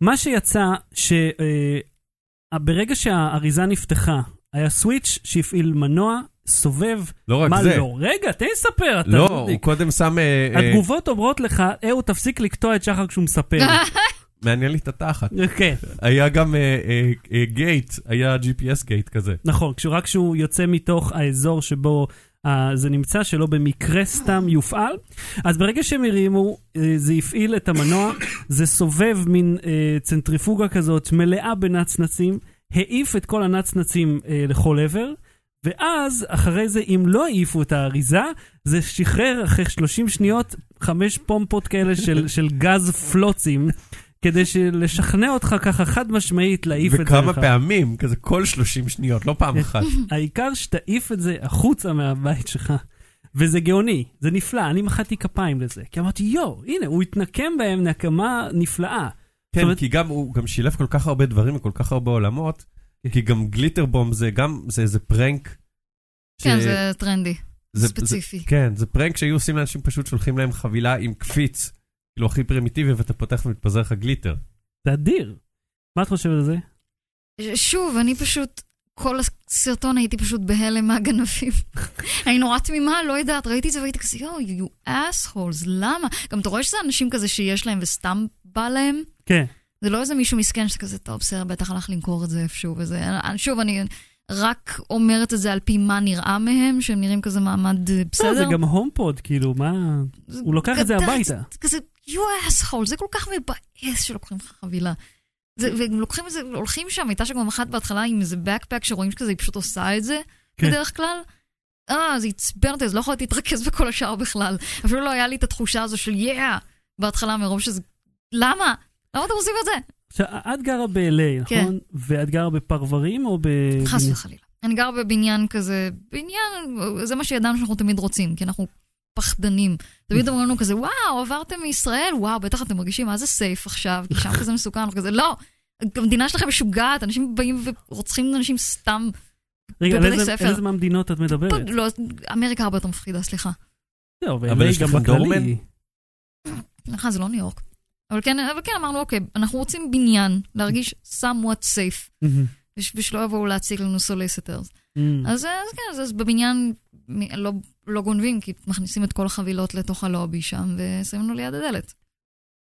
מה שיצא, שברגע שהאריזה נפתחה, היה סוויץ' שהפעיל מנוע, סובב, לא רק מה זה. לא? רגע, תן לי לספר, אתה לא, נודניק. הוא קודם שם... אה, אה, התגובות אומרות לך, אהו, תפסיק לקטוע את שחר כשהוא מספר. אה, מעניין לי את התחת. כן, היה גם אה, אה, אה, גייט, היה GPS גייט כזה. נכון, כשהוא- רק כשהוא יוצא מתוך האזור שבו אה, זה נמצא, שלא במקרה סתם יופעל. אז ברגע שהם הרימו, אה, זה הפעיל את המנוע, זה סובב מין אה, צנטריפוגה כזאת מלאה בנצנצים, העיף את כל הנצנצים אה, לכל עבר. ואז, אחרי זה, אם לא העיפו את האריזה, זה שחרר אחרי 30 שניות חמש פומפות כאלה של, של גז פלוצים, כדי של- לשכנע אותך ככה חד משמעית להעיף את זה. וכמה לך. כן. פעמים, כזה כל 30 שניות, לא פעם אחת. העיקר שתעיף את זה החוצה מהבית שלך. וזה גאוני, זה נפלא, אני מחאתי כפיים לזה. כי אמרתי, יואו, הנה, הוא התנקם בהם נקמה נפלאה. כן, אומרת- כי גם הוא גם שילב כל כך הרבה דברים וכל כך הרבה עולמות, כן. כי גם גליטר בום זה גם, זה איזה פרנק. ש- כן, זה טרנדי, זה- ספציפי. זה- כן, זה פרנק שהיו עושים לאנשים, פשוט שולחים להם חבילה עם קפיץ, כאילו הכי פרימיטיבי, ואתה פותח ומתפזר לך גליטר. זה אדיר. מה את חושבת על זה? שוב, אני פשוט, כל הסרטון הייתי פשוט בהלם מהגנבים. אני נורא תמימה, לא יודעת, ראיתי את זה והייתי כזה, יואו, you assholes, למה? גם אתה רואה שזה אנשים כזה שיש להם וסתם בא להם? כן, זה לא איזה מישהו מסכן שאתה כזה, טוב, בסדר, בטח הלך למכור את זה איפשהו וזה. שוב, אני רק אומרת את זה על פי מה נראה מהם, שהם נראים כזה מעמד אה, בסדר. בסדר. לא, זה גם הומפוד, כאילו, מה... זה- הוא לוקח את זה גדלת, הביתה. כזה, you asshole, זה כל כך מבאס שלוקחים לך חבילה. זה, והם לוקחים את זה, הולכים שם, הייתה שם גם אחת בהתחלה עם איזה backpack שרואים שכזה, היא פשוט עושה את זה, כן. בדרך כלל. אה, זה עצבן אותי, אז לא יכולתי להתרכז בכל השאר בכלל. אפילו לא היה לי את התחושה הזו של יאה, בהתחלה מרוב שזה, למה? למה אתם עושים את זה? עכשיו, את גרה ב-LA, כן. נכון? ואת גרה בפרברים או ב... חס וחלילה. אני גרה בבניין כזה, בניין, זה מה שידענו שאנחנו תמיד רוצים, כי אנחנו פחדנים. תמיד אומרים לנו כזה, וואו, עברתם מישראל, וואו, בטח אתם מרגישים מה זה סייף עכשיו, כי שם כזה מסוכן, אנחנו כזה, לא, המדינה שלכם משוגעת, אנשים באים ורוצחים אנשים סתם. רגע, על בבתי איזה- ספר. על איזה מהמדינות את פה, מדברת? לא, אמריקה הרבה יותר מפחידה, סליחה. זהו, ב-LA אבל יש גם לכם בכללי. דורמן? לך זה לא ניו יורק. אבל כן, אבל כן אמרנו, אוקיי, אנחנו רוצים בניין, להרגיש somewhat safe, מהמם. וש- ושלא יבואו להציג לנו סוליסטרס. מהמם. אז, אה, אז כן, אז, אז בבניין מ- לא, לא גונבים, כי מכניסים את כל החבילות לתוך הלובי שם, ושמים לנו ליד הדלת.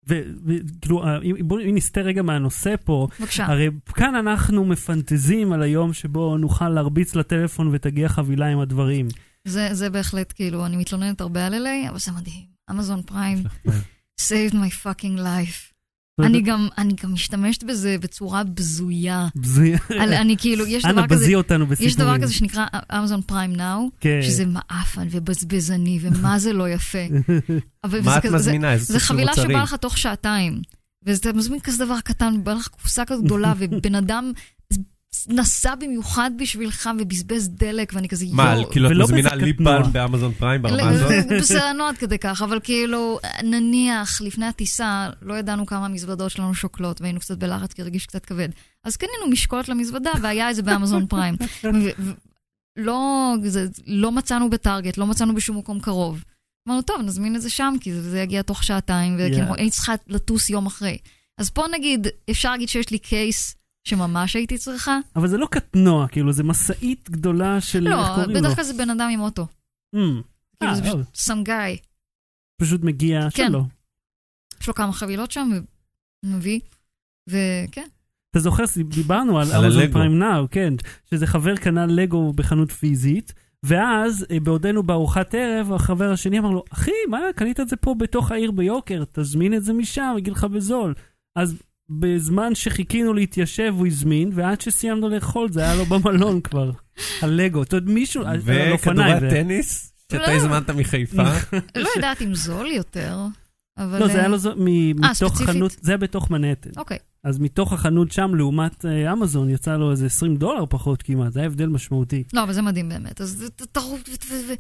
וכאילו, בואו נסטה רגע מהנושא פה. בבקשה. הרי כאן אנחנו מפנטזים על היום שבו נוכל להרביץ לטלפון ותגיע חבילה עם הדברים. זה, זה בהחלט, כאילו, אני מתלוננת הרבה על LA, אבל זה מדהים. אמזון פריים, saved my fucking life. אני גם, אני גם משתמשת בזה בצורה בזויה. זה- אה. על- אני כאילו, יש אנא, דבר כזה, בזי אותנו בסיפורים. יש דבר כזה שנקרא אמזון פריים נאו, אה. כן. שזה מעפן ובזבזני, ומה זה לא יפה. אבל וזה מה את כזה- זה- מזמינה? איזה סוג זה של חבילה מוצרים? שבאה לך תוך שעתיים. ואתה מזמין כזה דבר קטן, בא לך קופסה כזאת גדולה, ובן אדם נסע במיוחד בשבילך ובזבז דלק, ואני כזה, מה, יואו. כאילו את לא, ולא מזמינה בזק ליפ התנועה. בלם באמזון פריים לא, ברמה הזאת? בסדר, לא עד כדי כך, אבל כאילו, נניח, לפני הטיסה, לא ידענו כמה המזוודות שלנו שוקלות, והיינו קצת בלחץ כי הרגיש קצת כבד. אז קנינו משקולת למזוודה, והיה את זה באמזון פריים. ו- ו- לא, זה, לא מצאנו בטארגט, לא מצאנו בשום מקום קרוב. אמרנו, טוב, נזמין את זה שם, כי זה, זה יגיע תוך שעתיים, Yeah. וכאילו, אני צריכה לטוס יום אחרי. אז פה נגיד, אפשר להגיד שיש לי קייס שממש הייתי צריכה. אבל זה לא קטנוע, כאילו, זה משאית גדולה של לא, איך קוראים לו. בדרך כלל זה בן אדם עם אוטו. Mm. כאילו, אה, זה לא, פשוט some guy. פשוט מגיע כן. שלו. יש לו כמה חבילות שם, ומביא, וכן. אתה זוכר, דיברנו על על אמזון הלגו. פריים נאו, כן, שזה חבר קנה לגו בחנות פיזית, ואז אה, בעודנו בארוחת ערב, החבר השני אמר לו, אחי, מה, קנית את זה פה בתוך העיר ביוקר, תזמין את זה משם, יגיד לך בזול. אז בזמן שחיכינו להתיישב, הוא הזמין, ועד שסיימנו לאכול, זה היה לו במלון כבר. הלגו, אתה יודע, מישהו, על- על וכדורי אופניים. זה- נכון. הטניס, שאתה לא. הזמנת מחיפה. לא יודעת אם זול יותר, אבל... לא, זה היה אה, לו זו- מ- אה, מתוך ספציפית. חנות, זה היה בתוך מנהטן. אוקיי. אז מתוך החנות שם, לעומת אה, אמזון, יצא לו איזה 20 דולר פחות כמעט, זה היה הבדל משמעותי. לא, אבל זה מדהים באמת. אז זה- ת- תרוץ, ו- ו- ו-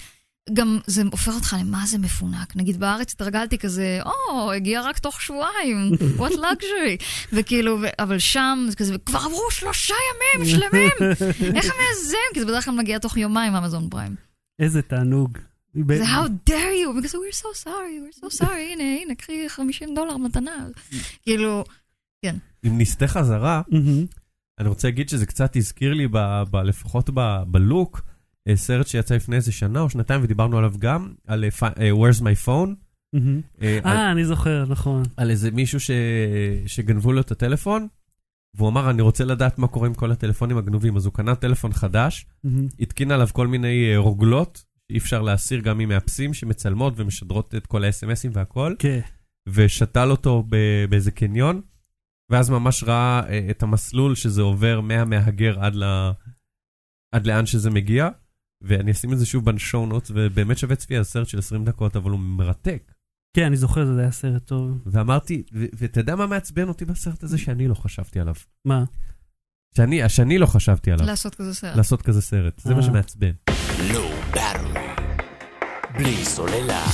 גם זה הופך אותך למה זה מפונק. נגיד בארץ התרגלתי כזה, או, הגיע רק תוך שבועיים, what luxury. וכאילו, ו- אבל שם זה כזה, כבר עברו שלושה ימים שלמים, איך הם מעזים? כי זה בדרך כלל מגיע תוך יומיים אמזון פריים. איזה תענוג. זה how dare you, וכזה, we're so sorry, we're so sorry, הנה, הנה, קחי 50 דולר מתנה. כאילו, אם נסטה חזרה, מהמם. אני רוצה להגיד שזה קצת הזכיר לי, ב, ב, לפחות ב, בלוק, אה, סרט שיצא לפני איזה שנה או שנתיים, ודיברנו עליו גם, על אה, פ- אה, Where's My Phone, מהמם. אה, על, אה, אני זוכר, נכון. על איזה מישהו ש, שגנבו לו את הטלפון, והוא אמר, אני רוצה לדעת מה קורה עם כל הטלפונים הגנובים, אז הוא קנה טלפון חדש, מהמם. התקין עליו כל מיני אה, רוגלות, אי אפשר להסיר גם ממאפסים שמצלמות ומשדרות את כל האס.אם.אסים והכל, כן. ושתל אותו ב- באיזה קניון, ואז ממש ראה אה, את המסלול שזה עובר מהמהגר עד, ל... עד לאן שזה מגיע, ואני אשים את זה שוב בנשואו נוטס, ובאמת שווה צפייה, זה סרט של 20 דקות, אבל הוא מרתק. כן, אני זוכר, זה היה סרט טוב. ואמרתי, ו- ואתה יודע מה מעצבן אותי בסרט הזה? שאני לא חשבתי עליו. מה? שאני, שאני לא חשבתי עליו, לעשות כזה סרט. לעשות כזה סרט. זה אה. מה שמעצבן. Low Battery. בלי סוללה.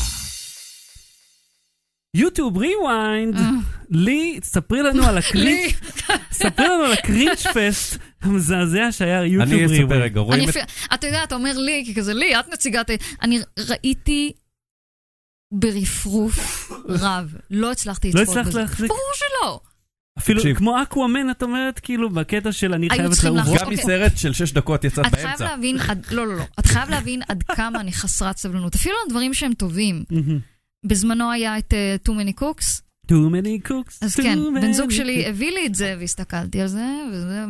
יוטיוב ריוויינד, לי, ספרי לנו על אה, לי, הקרינג', ספרי לנו על הקרינג' פסט המזעזע שהיה יוטיוב אני ריוויינד. אספר רגע, רואים אני את... אפילו, אתה יודע, אתה אומר לי, כי כזה לי, את נציגת... ה-" אני ראיתי ברפרוף רב, לא הצלחתי לא לצפות בזה. הצלחת להחזיק, ברור שלא. אפילו תקשיב. כמו אקוואמן, את אומרת, כאילו, בקטע של אני היו חייבת צריכים לעוף. לחזור. גם אוקיי. מסרט של 6 דקות יצאת את חייב באמצע. להבין, עד, לא, לא, לא. את חייב להבין עד כמה אני חסרת סבלנות. אפילו על דברים שהם טובים. מהמם. בזמנו היה את אה, Too Many Cooks, Too many cooks, אז too כן, בן many זוג שלי cooks. הביא לי את זה, והסתכלתי על זה, וזה...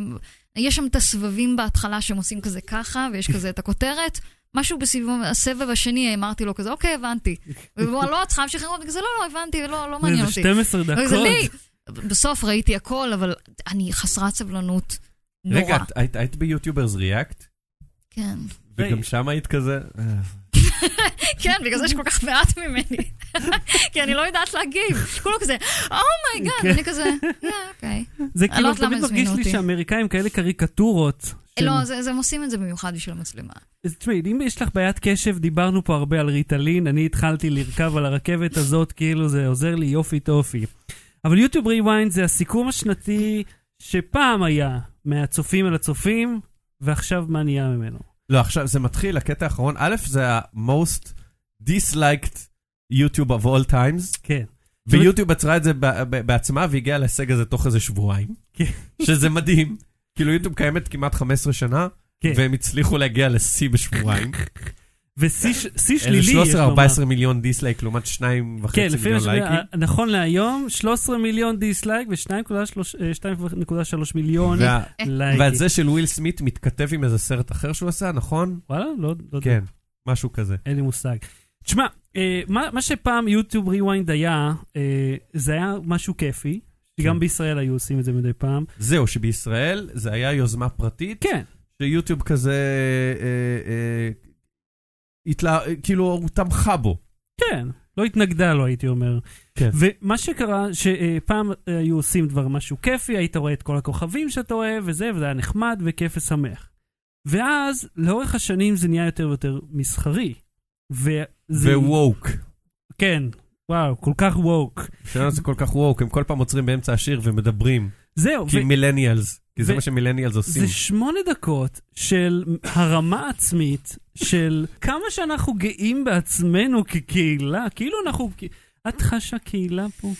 יש שם את הסבבים בהתחלה שהם עושים כזה ככה, ויש כזה את הכותרת. משהו בסביבו, הסבב השני, אמרתי לו כזה, אוקיי, הבנתי. והוא אמר, לא, את צריכה להמשיך לראות, וכזה, לא, לא, הבנתי, לא, לא מעניין זה אותי. 12 דקות. זה לי. בסוף ראיתי הכל, אבל אני חסרת סבלנות נורא. רגע, את- היית- היית ביוטיוברס ריאקט? כן. וגם שם היית כזה, "אה, כן, בגלל זה יש כל כך מעט ממני. כי אני לא יודעת להגיב. כולו כזה, אומייגאד, אני כזה, "Yeah, אוקיי. זה לא כאילו, יודעת למה תמיד מרגיש הזמינו לי אותי. שאמריקאים כאלה קריקטורות. של- לא, זה- זה- הם עושים את זה במיוחד בשביל המצלמה. אז תשמעי, אם יש לך בעיית קשב, דיברנו פה הרבה על ריטלין, אני התחלתי לרכב על הרכבת הזאת, כאילו זה עוזר לי יופי טופי. אבל יוטיוב ריוויינד זה הסיכום השנתי שפעם היה מהצופים אל הצופים, ועכשיו מה נהיה ממנו? לא, עכשיו זה מתחיל, הקטע האחרון, א', זה ה-most disliked YouTube of all times, כן. ויוטיוב עצרה את זה ב- ב- בעצמה והגיעה להישג הזה תוך איזה שבועיים, כן. שזה מדהים. כאילו יוטיוב קיימת כמעט 15 שנה, כן. והם הצליחו להגיע לשיא בשבועיים. ושיא ש- שיא שלילי, איזה יש לומר. 13-14 מיליון דיסלייק לעומת 2.5 כן, לפי מה מיליון שאני לייקים. יודע, נכון להיום, 13 מיליון דיסלייק אה, ו-2.3 מיליון וה- ועל לייקים. זה של וויל סמית מתכתב עם איזה סרט אחר שהוא עשה, נכון? וואלה, לא לא יודע. כן, משהו כזה. אין לי מושג. תשמע, אה, מה, מה שפעם יוטיוב ריוויינד היה, אה, זה היה משהו כיפי, שגם כן. בישראל היו עושים את זה מדי פעם. זהו, שבישראל זה היה יוזמה פרטית. כן, שיוטיוב כזה, אה, אה, התלה... כאילו, הוא תמכה בו. כן, לא התנגדה לו, הייתי אומר. כן. ומה שקרה, שפעם אה, היו עושים דבר משהו כיפי, היית רואה את כל הכוכבים שאתה אוהב וזה, וזה היה נחמד וכיף ושמח. ואז, לאורך השנים זה נהיה יותר ויותר מסחרי. וזה... וווק. כן, וואו, כל כך ווק. שלנו זה כל כך וואו, כי הם כל פעם עוצרים באמצע השיר ומדברים, זהו, כי ו- מילניאלס, כי זה ו- מה שמילניאלס עושים. זה שמונה דקות של הרמה עצמית, של כמה שאנחנו גאים בעצמנו כקהילה, כאילו אנחנו... כ- את חשה קהילה פה.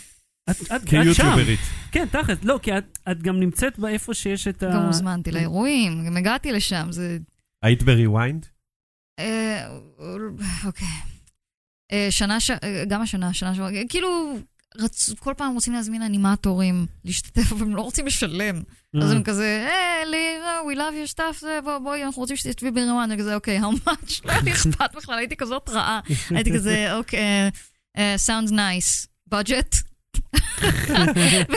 את, את, את שם, כיוטיוברית. כן, תכל'ס, לא, כי את, את גם נמצאת באיפה שיש את ה... גם הוזמנתי לאירועים, גם הגעתי לשם, זה... היית בריוויינד? אה, אוקיי. אה, שנה ש... אה, גם השנה, שנה שעברה, כאילו, רצו, כל פעם רוצים להזמין אנימטורים להשתתף, אבל הם לא רוצים לשלם. אז הם כזה, היי, לי, אה, we love your stuff, זה, בוא, בואי, אנחנו רוצים שתשתתפי ברמן, אני כזה, אוקיי, how much? לא היה לי אכפת בכלל, הייתי כזאת רעה. הייתי כזה, אוקיי, אה, sounds nice, budget.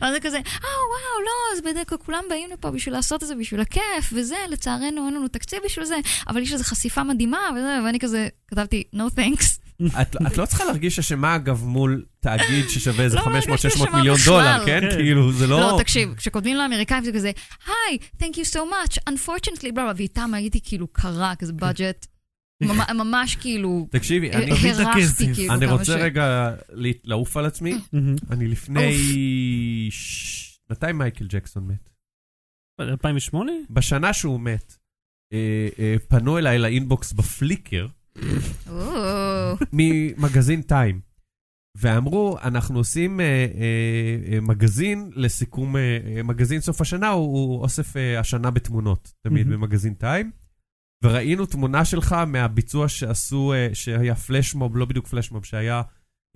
אז זה כזה, אה, וואו, לא, אז בדרך כלל כולם באים לפה בשביל לעשות את זה, בשביל הכיף, וזה, לצערנו אין לנו תקציב בשביל זה, אבל יש לזה חשיפה מדהימה, וזה, ואני כזה, כתבתי, no thanks. את- את לא צריכה להרגיש אשמה, אגב, מול תאגיד ששווה איזה לא 500-600 הרגשתי אשמה מיליון בכלל. דולר, כן? כן. כאילו, זה לא... לא, תקשיב, כשכותבים לאמריקאים זה כזה, היי, thank you so much, unfortunately, בלה, ואיתם הייתי כאילו קרה, כזה budget, ממ- ממש כאילו, תקשיבי, אני- תביא את הרסתי הכסף. כאילו אני כמה רוצה רגע לה- לעוף על עצמי. Mm-hmm. אני לפני... ש- מתי מייקל ג'קסון מת? 2008? בשנה שהוא מת, אה, אה, פנו אליי לאינבוקס בפליקר, או, ממגזין טיים, ואמרו, אנחנו עושים אה, אה, אה, מגזין לסיכום, אה, אה, מגזין סוף השנה, הוא, הוא אוסף אה, השנה בתמונות, תמיד מהמם. במגזין טיים, וראינו תמונה שלך מהביצוע שעשו, אה, שהיה פלשמוב, לא בדיוק פלשמוב, שהיה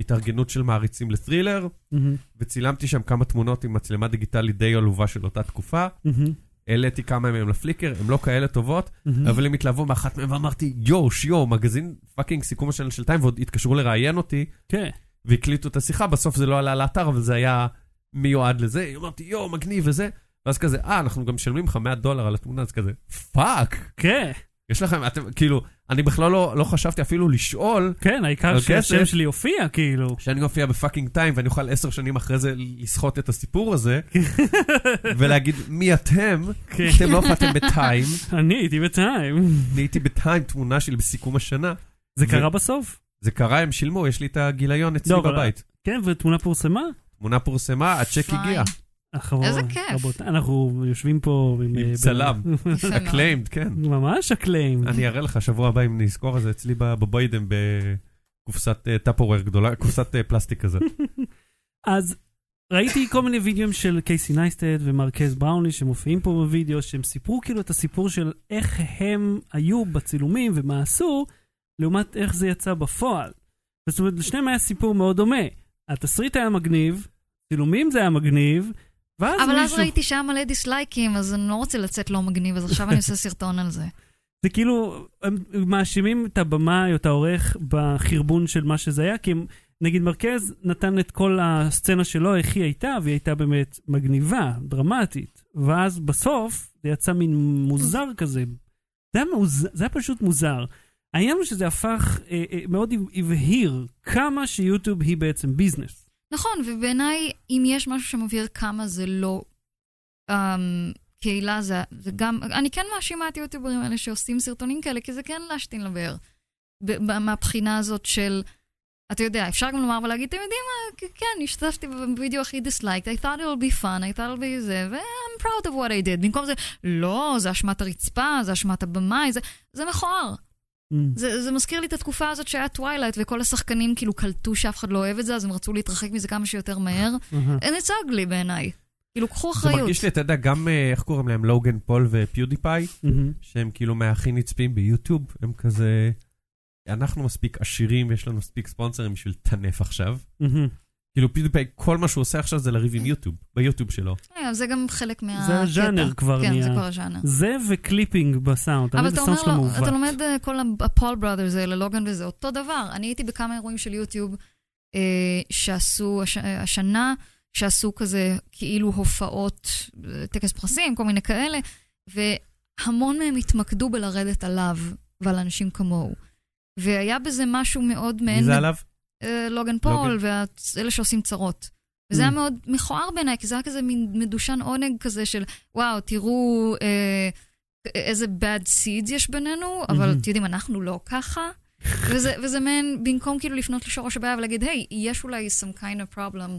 התארגנות של מעריצים לטרילר, מהמם, וצילמתי שם כמה תמונות עם מצלמה דיגיטלית די עלובה של אותה תקופה. מהמם, העליתי כמה מהם לפליקר, הן לא כאלה טובות, מהמם. אבל הם התלהבו מאחת מהם ואמרתי, יואו, שיו, מגזין פאקינג סיכום השנה של טיים, ועוד התקשרו לראיין אותי, כן. והקליטו את השיחה, בסוף זה לא עלה לאתר, אבל זה היה מיועד לזה, אמרתי, יואו, מגניב וזה, ואז כזה, אה, אנחנו גם משלמים לך 100 דולר על התמונה, אז כזה, פאק, כן, יש לכם, אתם, כאילו, אני בכלל לא, לא חשבתי אפילו לשאול, כן, העיקר על שהשם כסף. שלי הופיע, כאילו. שאני אופיע בפאקינג טיים ואני אוכל עשר שנים אחרי זה לסחוט את הסיפור הזה, ולהגיד, מי אתם? כן. אתם לא הופעתם בטיים, אני הייתי בטיים. אני הייתי בטיים, תמונה שלי בסיכום השנה. זה ו- קרה בסוף? זה קרה, הם שילמו, יש לי את הגיליון אצלי לא, אבל- בבית. כן, ותמונה פורסמה? תמונה פורסמה, הצ'ק פיין. הגיע. החברות- איזה כיף. רבותיי, אנחנו יושבים פה עם... עם אה, צלם. יפה מאוד. הקליימד, כן. ממש הקליים. אני אראה לך שבוע הבא אם נזכור את זה אצלי ב- בבוידם בקופסת טאפוור גדולה, קופסת אה, פלסטיק כזאת. אז ראיתי כל מיני וידאוים של קייסי נייסטד ומרקז בראוני שמופיעים פה בווידאו, שהם סיפרו כאילו את הסיפור של איך הם היו בצילומים ומה עשו, לעומת איך זה יצא בפועל. זאת אומרת, לשניהם היה סיפור מאוד דומה. התסריט היה מגניב, צילומים זה היה מגניב, ואז אבל אז מישהו... ראיתי שהיה מלא דיסלייקים, אז אני לא רוצה לצאת לא מגניב, אז עכשיו אני עושה סרטון על זה. זה כאילו, הם מאשימים את הבמאי או את העורך בחרבון של מה שזה היה, כי הם, נגיד מרכז נתן את כל הסצנה שלו, איך היא הייתה, והיא הייתה באמת מגניבה, דרמטית. ואז בסוף זה יצא מין מוזר כזה. זה היה, מאוז... זה היה פשוט מוזר. העניין הוא שזה הפך, אה, אה, מאוד הבהיר כמה שיוטיוב היא בעצם ביזנס. נכון, ובעיניי, אם יש משהו שמבהיר כמה זה לא אמ, קהילה, זה, זה גם, אני כן מאשימה את היוטיוברים האלה שעושים סרטונים כאלה, כי זה כן להשתין לבאר. ב- ב- מהבחינה הזאת של, אתה יודע, אפשר גם לומר ולהגיד, אתם יודעים מה, כ- כן, השתתפתי בווידאו הכי disliked, I thought it will be fun, I thought it will be זה, ו-I'm proud of what I did. במקום זה, לא, זה אשמת הרצפה, זה אשמת הבמאי, זה, זה מכוער. זה, זה מזכיר לי את התקופה הזאת שהיה טווילייט, וכל השחקנים כאילו קלטו שאף אחד לא אוהב את זה, אז הם רצו להתרחק מזה כמה שיותר מהר. אהה. And it's ugly בעיניי. כאילו, קחו זה אחריות. מרגיש לי, אתה יודע, גם אה, איך קוראים להם, לוגן פול ופיודיפיי, אהה. שהם כאילו מהכי נצפים ביוטיוב, הם כזה... אנחנו מספיק עשירים, יש לנו מספיק ספונסרים בשביל לטנף עכשיו. אהה. כאילו פיודיפיי, כל מה שהוא עושה עכשיו זה לריב כן. עם יוטיוב, ביוטיוב שלו. אה, זה גם חלק מה... זה הז'אנר כבר כן, נהיה. זה כבר הז'אנר. זה וקליפינג בסאונד, אבל תמיד אתה הסאונד אומר שלו לו, מעוות. אתה לומד אה, כל הפול בראדרס האלה, לוגן וזה, אותו דבר. אני הייתי בכמה אירועים של יוטיוב אה, שעשו הש- אה, השנה, שעשו כזה כאילו הופעות, אה, טקס פרסים, כל מיני כאלה, והמון מהם התמקדו בלרדת עליו ועל אנשים כמוהו. והיה בזה משהו מאוד מעין... מי זה עליו? אה, לוגן פול ואלה שעושים צרות. וזה Mm. היה מאוד מכוער בעיניי, כי זה היה כזה מין מדושן עונג כזה של, וואו, תראו אה, איזה bad seeds יש בינינו, אבל מהמם. אתם יודעים, אנחנו לא ככה. וזה, וזה מעין, במקום כאילו לפנות לשורש הבעיה ולהגיד, היי, hey, יש אולי some kind of problem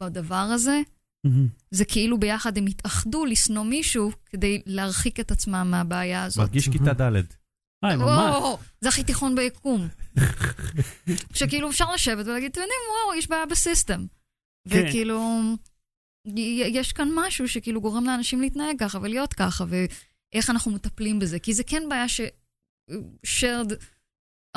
בדבר הזה, מהמם. זה כאילו ביחד הם התאחדו לשנוא מישהו כדי להרחיק את עצמם מהבעיה הזאת. מרגיש אוקיי. כיתה ד'. אה, ממש. וואו, זה הכי תיכון ביקום. שכאילו אפשר לשבת ולהגיד, אתם יודעים, וואו, יש בעיה בסיסטם. כן. וכאילו, י- יש כאן משהו שכאילו גורם לאנשים להתנהג ככה ולהיות ככה, ואיך אנחנו מטפלים בזה. כי זה כן בעיה ש... shared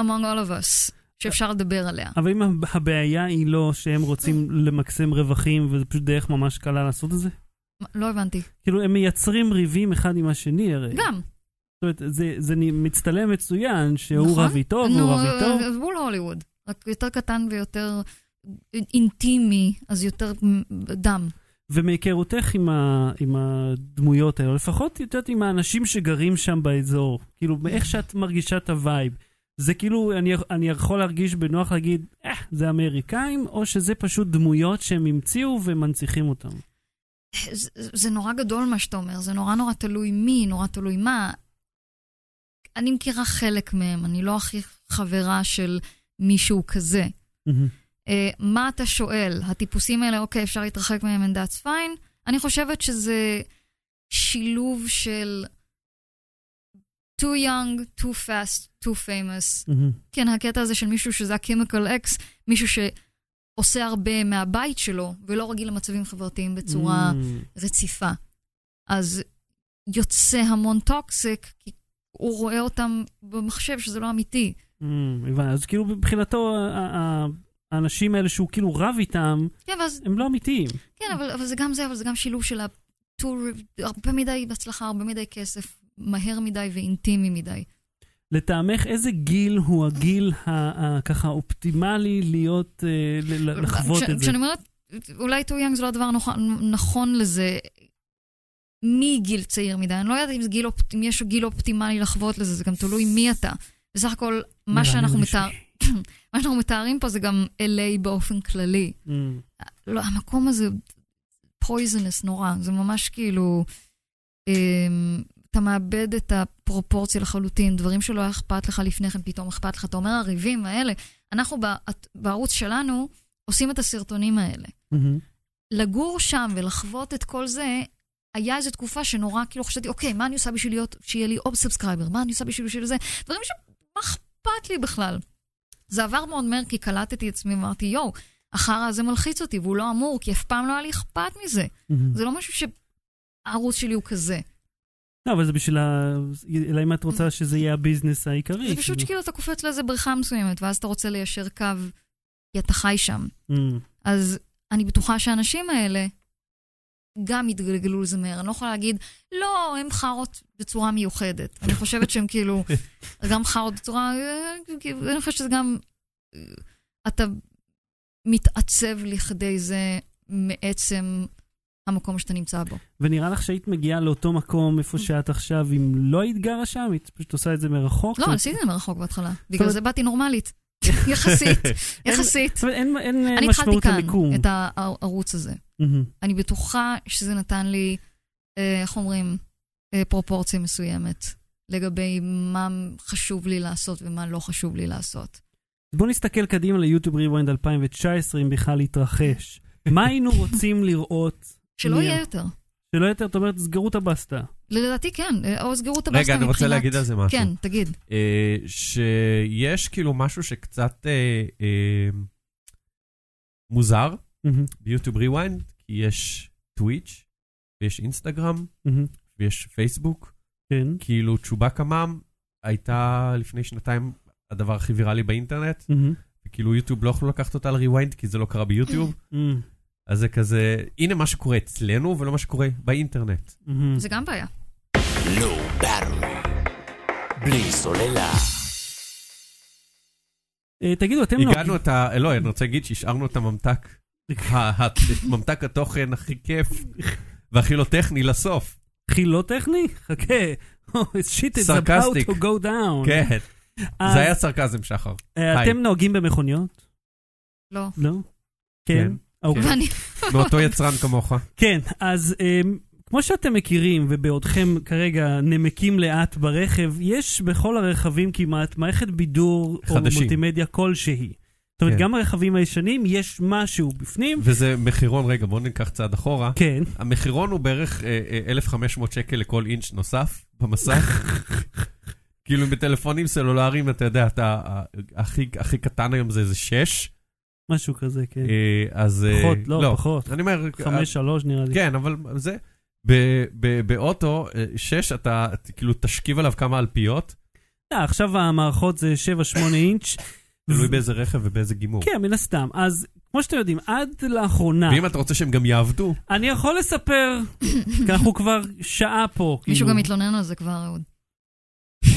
among all of us, שאפשר לדבר עליה. אבל אם הב- הבעיה היא לא שהם רוצים למקסם רווחים וזה פשוט דרך ממש קלה לעשות את זה? מה, לא הבנתי. כאילו, הם מייצרים ריבים אחד עם השני הרי. גם. זאת אומרת, זה, זה נ- מצטלם מצוין שהוא נכון. רב איתו לא, והוא רב איתו. נו, בול הוליווד. רק יותר קטן ויותר אינטימי, אז יותר דם. ומהיכרותך עם, ה, עם הדמויות האלה, לפחות את יודעת עם האנשים שגרים שם באזור, כאילו, מאיך שאת מרגישה את הווייב. זה כאילו, אני, אני יכול להרגיש בנוח להגיד, אה, זה אמריקאים, או שזה פשוט דמויות שהם המציאו ומנציחים אותם. זה, זה נורא גדול מה שאתה אומר, זה נורא נורא תלוי מי, נורא תלוי מה. אני מכירה חלק מהם, אני לא הכי חברה של מישהו כזה. אה, מה אתה שואל? הטיפוסים האלה, אוקיי, אפשר להתרחק מהם, and that's fine. אני חושבת שזה שילוב של too young, too fast, too famous. כן, הקטע הזה של מישהו שזה הקימיקל אקס, מישהו שעושה הרבה מהבית שלו, ולא רגיל למצבים חברתיים בצורה... Mm. רציפה. אז יוצא המון טוקסיק, כי הוא רואה אותם במחשב, שזה לא אמיתי. Mm, הבנתי. אז כאילו מבחינתו, ה- ה- האנשים האלה שהוא כאילו רב איתם, כן, ואז, הם לא אמיתיים. כן, אבל, אבל זה גם זה, אבל זה גם שילוב של הטור, הרבה מדי הצלחה, הרבה מדי כסף, מהר מדי ואינטימי מדי. לטעמך, איזה גיל הוא הגיל ה- ה- ככה האופטימלי להיות, אה, ל- ל- לחוות כש- את זה? כשאני אומרת, אולי טו יאנג זה לא הדבר נכון, נכון לזה, מגיל צעיר מדי, אני לא יודעת אם, זה גיל אופ- אם יש גיל אופטימלי לחוות לזה, זה גם תלוי מי אתה. בסך הכל, מה מרענן שאנחנו, רשמי. מתאר, מה שאנחנו מתארים פה זה גם LA באופן כללי. Mm. לא, המקום הזה פויזנס נורא, זה ממש כאילו, אמ, אתה מאבד את הפרופורציה לחלוטין, דברים שלא היה אכפת לך לפני כן, פתאום אכפת לך. אתה אומר, הריבים האלה, אנחנו בעט- בערוץ שלנו עושים את הסרטונים האלה. מהמם. לגור שם ולחוות את כל זה, היה איזו תקופה שנורא כאילו חשבתי, אוקיי, מה אני עושה בשביל להיות, שיהיה לי עוד סאבסקרייבר? מה אני עושה בשביל שיהיה לי זה? דברים ש... מה אכפת לי בכלל? זה עבר מאוד מהר כי קלטתי את עצמי ואמרתי, יואו, החרא הזה מלחיץ אותי והוא לא אמור, כי אף פעם לא היה לי אכפת מזה. מהמם. זה לא משהו שהערוץ שלי הוא כזה. לא, אבל זה בשביל ה... אלא אם את רוצה שזה יהיה הביזנס העיקרי. זה פשוט כאילו. שכאילו אתה קופץ לאיזה בריכה מסוימת, ואז אתה רוצה ליישר קו, כי אתה חי שם. Mm. אז אני בטוחה שהאנשים האלה גם יתגלגלו לזה מהר. אני לא יכולה להגיד, לא, הם חארות בצורה מיוחדת. אני חושבת שהם כאילו, גם חארות בצורה, אה, כאילו, אני חושבת שזה גם, אה, אתה מתעצב לכדי זה מעצם המקום שאתה נמצא בו. ונראה לך שהיית מגיעה לאותו מקום Mm. איפה שאת עכשיו, אם לא היית גרה שם, היית פשוט עושה את זה מרחוק? לא, זאת- עשיתי את זה מרחוק בהתחלה. בגלל אוקיי. אומרת- זה באתי נורמלית. יחסית, יחסית. זאת אומרת, אין- אין אה, אני התחלתי משמעות כאן, למיקום. את הערוץ הזה. מהמם. אני בטוחה שזה נתן לי, אה, איך אומרים, אה, פרופורציה מסוימת לגבי מה חשוב לי לעשות ומה לא חשוב לי לעשות. אז בואו נסתכל קדימה ליוטיוב ריוויינד 2019, אם בכלל יתרחש. מה היינו רוצים לראות? שלא מי- יהיה יותר. שלא יותר, את אומרת, סגרו את הבסטה. לדעתי כן, אה, או סגרו את הבסטה מבחינת... רגע, אני רוצה להגיד על זה משהו. כן, תגיד. אה, שיש כאילו משהו שקצת אה, אה, מוזר מהמם, ביוטיוב ריוויינד, כי יש טוויץ', ויש אינסטגרם, מהמם, ויש פייסבוק. כן. כאילו צ'ובאקה מאם הייתה לפני שנתיים הדבר הכי ויראלי באינטרנט, מהמם, וכאילו יוטיוב לא יכלו לקחת אותה על ריוויינד כי זה לא קרה ביוטיוב, מהמם, אז זה כזה, הנה מה שקורה אצלנו ולא מה שקורה באינטרנט. מהמם. זה גם בעיה. Low Battery. בלי סוללה. אה, תגידו, אתם הגענו את ה... לא, אני רוצה להגיד שהשארנו את הממתק, ה- ה- ממתק התוכן הכי כיף והכי לא טכני לסוף. הכי לא טכני? חכה. שיט, it's about סרקסטיק. to go down. כן, אז, זה היה סרקזם שחר. אה, היי. אתם נוהגים במכוניות? לא. לא? כן. כן. אוקיי. ואני... מאותו יצרן כמוך. כן, אז אמ, כמו שאתם מכירים, ובעודכם כרגע נמקים לאט ברכב, יש בכל הרכבים כמעט מערכת בידור או חדשים. מולטימדיה כלשהי. זאת אומרת, כן. גם הרכבים הישנים, יש משהו בפנים. וזה מחירון, רגע, בואו ניקח צעד אחורה. כן. המחירון הוא בערך אה, אה, 1,500 שקל לכל אינץ' נוסף במסך. כאילו בטלפונים סלולריים, אתה יודע, אתה, ה- הכי, הכי קטן היום זה איזה 6, משהו כזה, כן. אז... אה, פחות, לא, פחות. אני אומר, חמש, שלוש נראה לי. כן, אבל זה, ב- ב- באוטו, אה, 6, אתה ת- כאילו תשכיב עליו כמה אלפיות, אה, עכשיו המערכות זה 7-8 אינץ'. תלוי באיזה רכב ובאיזה גימור. כן, מן הסתם. אז כמו שאתם יודעים, עד לאחרונה, ואם אתה רוצה שהם גם יעבדו, אני יכול לספר, כי אנחנו כבר שעה פה. מישהו כאילו. גם התלונן על זה כבר, אהוד.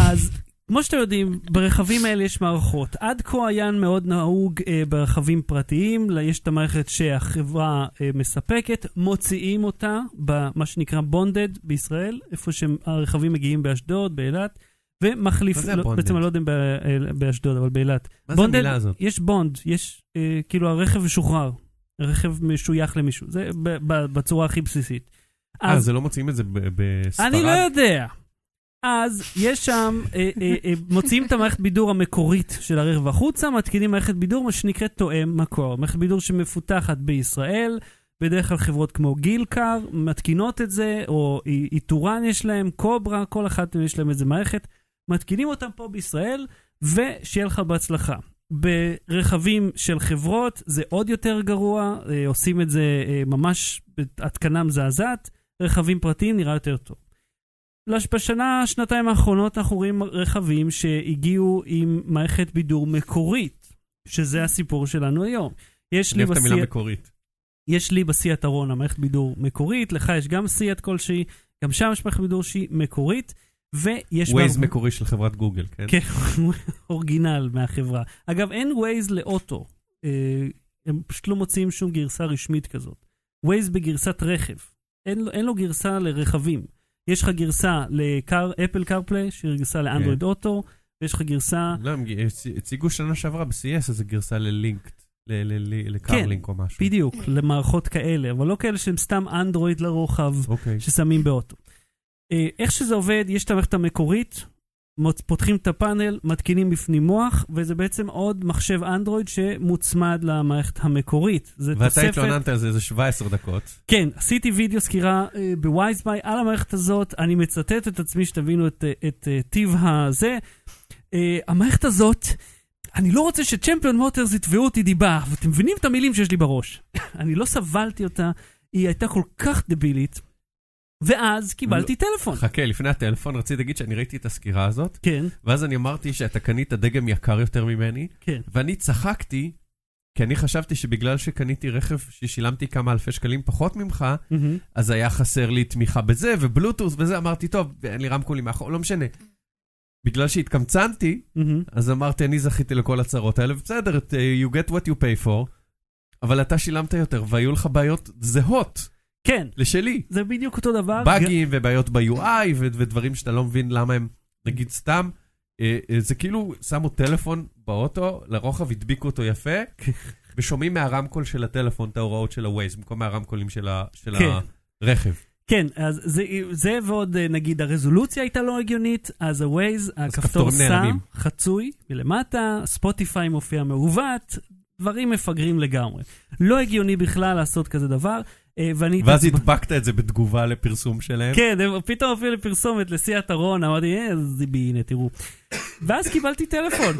אז כמו שאתם יודעים, ברכבים האלה יש מערכות. עד כה היה מאוד נהוג אה, ברכבים פרטיים, לה- יש את המערכת שהחברה אה, מספקת, מוציאים אותה במה שנקרא בונדד בישראל, איפה שהרכבים מגיעים באשדוד, באילת, ומחליף... מה זה לא, ה-bonded? בעצם אני לא יודע אם בא- אה, באשדוד, אבל באילת. מה זה בונדד- המילה הזאת? יש בונד, יש אה, כאילו הרכב משוחרר, הרכב משוייך למישהו, זה ב- ב- בצורה הכי בסיסית. אה, אז- זה לא מוצאים את זה ב- בספרד? אני לא יודע. אז יש שם, אה, אה, אה, מוציאים את המערכת בידור המקורית של הרכב החוצה, מתקינים מערכת בידור, מה שנקראת תואם מקור. מערכת בידור שמפותחת בישראל, בדרך כלל חברות כמו גילקר מתקינות את זה, או אי- איתורן יש להם, קוברה, כל אחת יש להם איזה מערכת. מתקינים אותם פה בישראל, ושיהיה לך בהצלחה. ברכבים של חברות זה עוד יותר גרוע, אה, עושים את זה אה, ממש בהתקנה מזעזעת, רכבים פרטיים נראה יותר טוב. לש- בשנה, שנתיים האחרונות אנחנו רואים רכבים שהגיעו עם מערכת בידור מקורית, שזה הסיפור שלנו היום. יש אני לי אוהב את בסיאט- המילה מקורית. יש לי בסיאט ארונה מערכת בידור מקורית, לך יש גם סיאט כלשהי, גם שם יש מערכת בידור שהיא מקורית, ויש... ווייז בה- מקורי של חברת גוגל, כן? כן, אורגינל מהחברה. אגב, אין ווייז לאוטו. אה, הם פשוט לא מוציאים שום גרסה רשמית כזאת. ווייז בגרסת רכב. אין, לו- אין לו גרסה לרכבים. יש לך גרסה לאפל קרפליי, שהיא גרסה לאנדרואיד אוטו, ויש לך גרסה... לא, הם הצ- הציגו שנה שעברה ב-CS איזה גרסה ללינקט, ל- ל- ל- לקארלינק או משהו. בדיוק, למערכות כאלה, אבל לא כאלה שהם סתם אנדרואיד לרוחב. אוקיי. ששמים באוטו. אה, איך שזה עובד, יש את המערכת המקורית, מוצ- פותחים את הפאנל, מתקינים בפנים מוח, וזה בעצם עוד מחשב אנדרואיד שמוצמד למערכת המקורית. זה ואתה תוספת... התלוננת על זה איזה 17 דקות. כן, עשיתי וידאו סקירה אה, בווייזביי על המערכת הזאת, אני מצטט את עצמי שתבינו את, אה, את אה, טיב הזה. אה, המערכת הזאת, אני לא רוצה שצ'מפיון מוטרס יתבעו אותי דיבה, ואתם מבינים את המילים שיש לי בראש. אני לא סבלתי אותה, היא הייתה כל כך דבילית, ואז קיבלתי טלפון. חכה, לפני הטלפון רציתי להגיד שאני ראיתי את הסקירה הזאת, כן, ואז אני אמרתי שאתה קנית דגם יקר יותר ממני, כן. ואני צחקתי, כי אני חשבתי שבגלל שקניתי רכב ששילמתי כמה אלפי שקלים פחות ממך, מהמם. אז היה חסר לי תמיכה בזה, ובלוטוס וזה, אמרתי, טוב, אין לי רמקולים מאחור, לא משנה. בגלל שהתקמצנתי, מהמם. אז אמרתי, אני זכיתי לכל הצרות האלה, ובסדר, את, אה, you get what you pay for, אבל אתה שילמת יותר, והיו לך בעיות זהות כן, לשלי. זה בדיוק אותו דבר. באגים ובעיות ב-UI ו- ודברים שאתה לא מבין למה הם, נגיד סתם, אה, אה, זה כאילו שמו טלפון באוטו, לרוחב הדביקו אותו יפה, ושומעים מהרמקול של הטלפון את ההוראות של ה-Waze, במקום מהרמקולים של, ה- של כן. הרכב. כן, אז זה, זה ועוד, אה, נגיד, הרזולוציה הייתה לא הגיונית, אז ה-Waze, הכפתור כפתורים סם, נעלמים. חצוי מלמטה, ספוטיפיי מופיע מעוות, דברים מפגרים לגמרי. לא הגיוני בכלל לעשות כזה דבר, אה, ואני... ואז התעצבנ- הדבקת את זה בתגובה לפרסום שלהם. כן, הם פתאום הופיעו לפרסומת לסיעת ארון, אמרתי, אה, זיבי, הנה, תראו. ואז קיבלתי טלפון.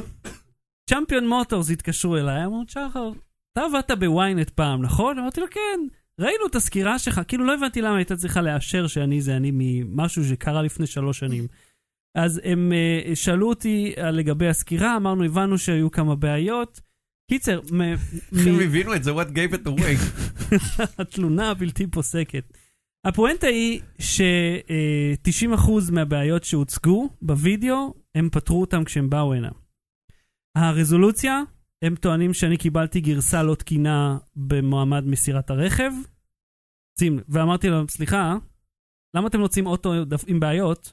צ'מפיון מוטורס התקשרו אליי, אמרו, שחר, אתה עבדת בוויינט פעם, נכון? אמרתי לו, כן. ראינו את הסקירה שלך, כאילו לא הבנתי למה הייתה צריכה לאשר שאני זה אני ממשהו שקרה לפני שלוש שנים. אז הם אה, שאלו אותי על לגבי הסקירה, אמרנו, הבנו שהיו כמה בעיות. קיצר, מ- איך הם מ- הבינו את זה, what gave it away. התלונה הבלתי פוסקת. הפואנטה היא ש-90% מהבעיות שהוצגו בווידאו, הם פתרו אותם כשהם באו הנה. הרזולוציה, הם טוענים שאני קיבלתי גרסה לא תקינה במועמד מסירת הרכב. שים, ואמרתי להם, סליחה, למה אתם רוצים אוטו דף- עם בעיות?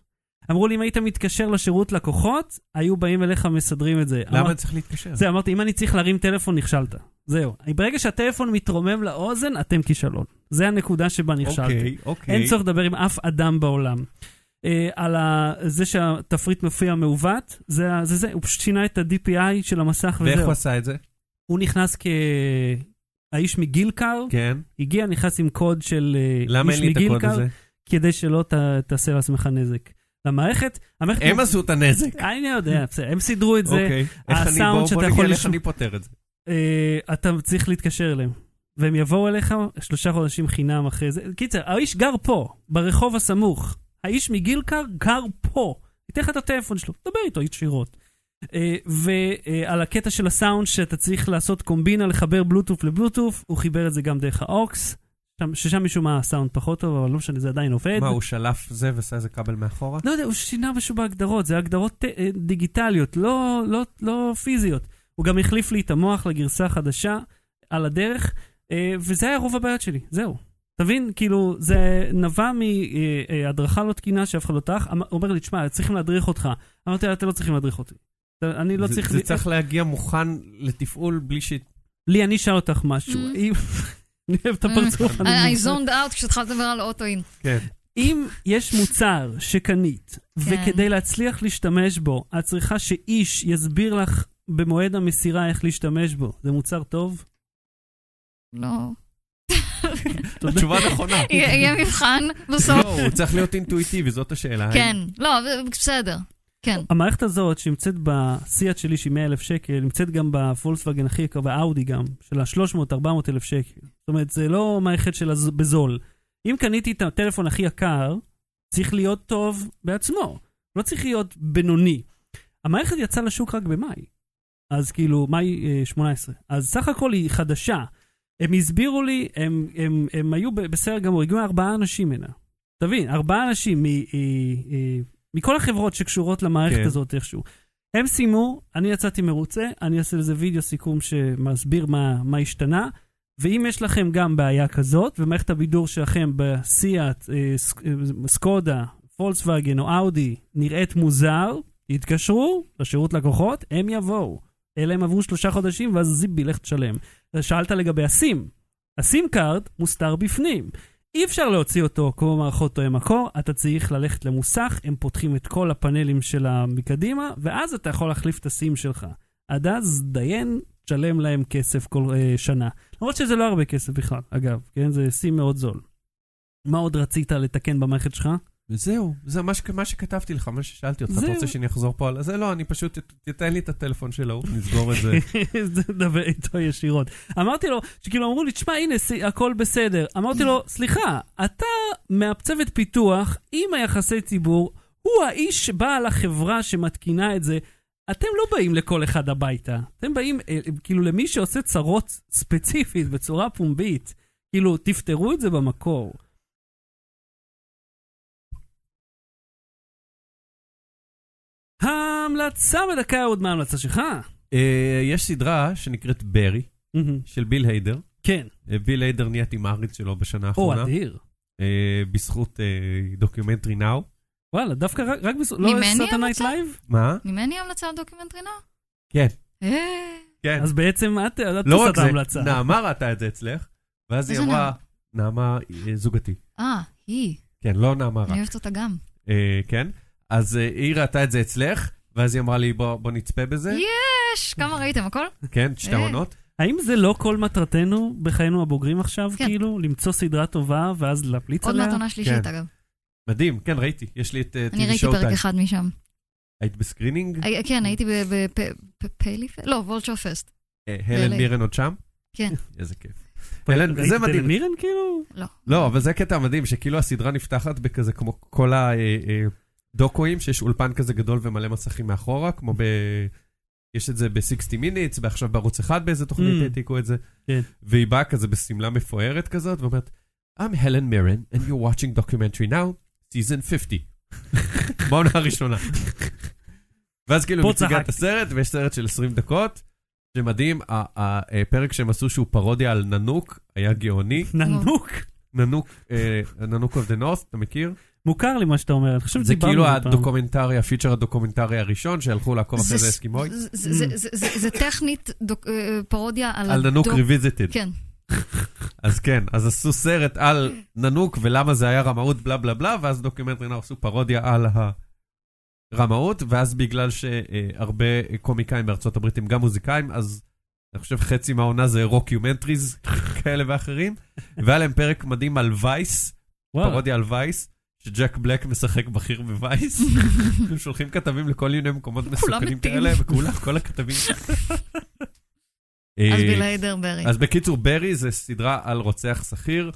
אמרו לי, אם היית מתקשר לשירות לקוחות, היו באים אליך ומסדרים את זה. אמרתי- למה אני צריך להתקשר? זה, אמרתי, אם אני צריך להרים טלפון, נכשלת. זהו. ברגע שהטלפון מתרומם לאוזן, אתם כישלון. זה הנקודה שבה נכשלתי. אוקיי, אוקיי. אין צורך לדבר עם אף אדם בעולם. אה, על ה... זה שהתפריט מופיע מעוות, זה, ה- זה זה, הוא פשוט שינה את ה-DPI של המסך ואיך וזהו. הוא עשה את זה? הוא נכנס כ... האיש מגילקר, כן. הגיע, נכנס עם קוד של אה, למה איש אין לי את הקוד מגילקר, הזה? כדי שלא ת... תעשה לעצמך נזק. למערכת, המערכת... הם עשו את הנזק. אני יודע, בסדר, הם סידרו את זה, אוקיי. איך אני- הסאונד בוא- שאתה בוא יכול נגיד איך לשמוע. אני פותר את זה. אה, אתה צריך להתקשר אליהם. והם יבואו אליך שלושה חודשים חינם אחרי זה. קיצר, האיש גר פה, ברחוב הסמוך. האיש מגילקר גר פה. ייתן לך את הטלפון שלו, דבר איתו ישירות. אה, ועל הקטע של הסאונד שאתה צריך לעשות קומבינה, לחבר בלוטוף לבלוטוף, הוא חיבר את זה גם דרך האוקס, שם- ששם משום מה הסאונד פחות טוב, אבל לא משנה, זה עדיין עובד. מה, הוא שלף זה ועשה איזה כבל מאחורה? לא יודע, הוא שינה משהו בהגדרות, זה הגדרות ט- אה, דיגיטליות, לא, לא, לא פיזיות. הוא גם החליף לי את המוח לגרסה החדשה על הדרך, אה, וזה היה רוב הבעיות שלי, זהו. תבין, כאילו, זה נבע מהדרכה לא תקינה שאף אחד לא טרח. אמר- הוא אומר לי, תשמע, צריכים להדריך אותך. אמרתי לו, אתם לא צריכים להדריך אותי. אתה- אני לא זה- צריך... זה צריך להגיע מוכן לתפעול בלי ש... לי, אני אשאל אותך משהו. Mm. אה, אם- אני אוהב את הפרצוף. I I הנמוך. zoned out כשהתחלת לדבר על אוטו-אין. כן. אם יש מוצר שקנית, כן. וכדי להצליח להשתמש בו, את צריכה שאיש יסביר לך במועד המסירה איך להשתמש בו. זה מוצר טוב? לא. תודה. התשובה נכונה. יהיה יהיה מבחן בסוף. לא, הוא צריך להיות אינטואיטיבי, זאת השאלה. כן. לא, אבל בסדר. כן. המערכת הזאת שנמצאת בסיאט שלי שהיא 100 אלף שקל, נמצאת גם בפולקסווגן הכי יקר, באאודי גם, של ה-300-400 אלף שקל. זאת אומרת, זה לא מערכת של הז- בזול. אם קניתי את הטלפון הכי יקר, צריך להיות טוב בעצמו, לא צריך להיות בינוני. המערכת יצאה לשוק רק במאי, אז כאילו, מאי אה, 18. אז סך הכל היא חדשה. הם הסבירו לי, הם, הם, הם היו ב- בסדר גמור, הגיעו ארבעה אנשים הנה. תבין, ארבעה אנשים מ, אה, אה, מכל החברות שקשורות למערכת כן. הזאת איכשהו. הם סיימו, אני יצאתי מרוצה, אני אעשה לזה וידאו סיכום שמסביר מה, מה השתנה. ואם יש לכם גם בעיה כזאת, ומערכת הבידור שלכם בסיאט, אה, סק- אה, סקודה, פולקסווגן או אאודי נראית מוזר, תתקשרו לשירות לקוחות, הם יבואו. אלא הם עברו שלושה חודשים, ואז זיבי, לך תשלם. שאלת לגבי הסים. הסים קארד מוסתר בפנים. אי אפשר להוציא אותו כמו מערכות תואם מקור, אתה צריך ללכת למוסך, הם פותחים את כל הפאנלים שלה מקדימה, ואז אתה יכול להחליף את הסים שלך. עד אז דיין, תשלם להם כסף כל אה, שנה. למרות שזה לא הרבה כסף בכלל, אגב, כן? זה סים מאוד זול. מה עוד רצית לתקן במערכת שלך? וזהו, זה מה שכ- מה שכתבתי לך, מה ששאלתי אותך, אתה זהו. רוצה שאני אחזור פה על זה? לא, אני פשוט, ת- תתן לי את הטלפון של ההוא, נסגור את זה. זה לדבר איתו ישירות. אמרתי לו, שכאילו אמרו לי, תשמע, הנה, ס- הכל בסדר. אמרתי לו, סליחה, אתה מהצוות פיתוח עם היחסי ציבור, הוא האיש שבעל החברה שמתקינה את זה. אתם לא באים לכל אחד הביתה, אתם באים אה, כאילו למי שעושה צרות ספציפית בצורה פומבית. כאילו, תפתרו את זה במקור. ההמלצה בדקה עוד מההמלצה שלך. אה, יש סדרה שנקראת ברי, מהמם. של ביל היידר. כן. אה, ביל היידר נהיה תימארית שלו בשנה או, האחרונה, אדיר. אה, בזכות אה, דוקיומנטרי נאו. וואלה, דווקא רק, רק בס... לא ממני סאטה נייט המלצה? לייב? מה? ממני המלצה על דוקומנטרינה? כן. אה, כן. אז בעצם את, את לא עושה רק את זה, ההמלצה. נעמה ראתה את זה אצלך, ואז היא איזה אמרה, נעמה אה, זוגתי. אה, היא. כן, לא נעמה רק. אני אוהבת אותה גם. אה, כן. אז אה, היא ראתה את זה אצלך, ואז היא אמרה לי, "בוא- בוא נצפה בזה. יש, כמה ראיתם, הכל? כן, שתי אה. עונות. האם זה לא כל מטרתנו בחיינו הבוגרים עכשיו, כן. כאילו? למצוא סדרה טובה ואז להפליץ עוד עליה? מעט עונה שלישית, כן. אגב. מדהים, כן, ראיתי. יש לי את אני טיבי ראיתי שואו פרק טיים. אחד משם. היית בסקרינינג? אה, כן, הייתי בפייליפ... לא, וולצ'ר פסט. אה, הלן ב-LA. מירן עוד שם? כן. איזה כיף. פרק- אלן, ראית זה את מדהים. אלן מירן כאילו? לא, אבל זה קטע מדהים, שכאילו הסדרה נפתחת בכזה כמו כל הדוקואים, שיש אולפן כזה גדול ומלא מסכים מאחורה, כמו ב... יש את זה ב-60 minutes, ועכשיו בערוץ אחד באיזה תוכנית Mm. העתיקו את זה. כן. והיא באה כזה בשמלה מפוארת כזאת, ואומרת, I'm Helen Mirren, and you're watching documentary now, season 50. בעונה הראשונה. ואז כאילו פה מציגה את צחקתי. הסרט, ויש סרט של 20 דקות, שמדהים, ה- ה- הפרק שהם עשו שהוא פרודיה על ננוק, היה גאוני. לא. ננוק. ננוק, אה, ננוק אוף דה נורת, אתה מכיר? מוכר לי מה שאתה אומר, אני חושב זה שדיברנו כאילו על פעם. הדוקומנטרי, הפיצ'ר הדוקומנטרי הראשון, שהלכו לעקוב אחרי זה אסקימוי, זה- זה- זה- זה- זה טכנית דוק- אה, פרודיה על... על ננוק הדוק- ריוויזיטד. כן, אז כן, אז עשו סרט על ננוק ולמה זה היה רמאות בלה בלה בלה, ואז דוקומנטרי נאו עשו פרודיה על הרמאות, ואז בגלל שהרבה קומיקאים בארצות הברית הם גם מוזיקאים, אז אני חושב חצי מהעונה זה רוקיומנטריז כאלה ואחרים, והיה להם פרק מדהים על וייס, וואו, פרודיה על וייס. שג'ק בלק משחק בכיר בווייס, הם שולחים כתבים לכל מיני מקומות מסוכנים מתים. כאלה, וכולם, כל הכתבים. אז אה, בלעי דרברי. אז בקיצור, ברי זה סדרה על רוצח שכיר,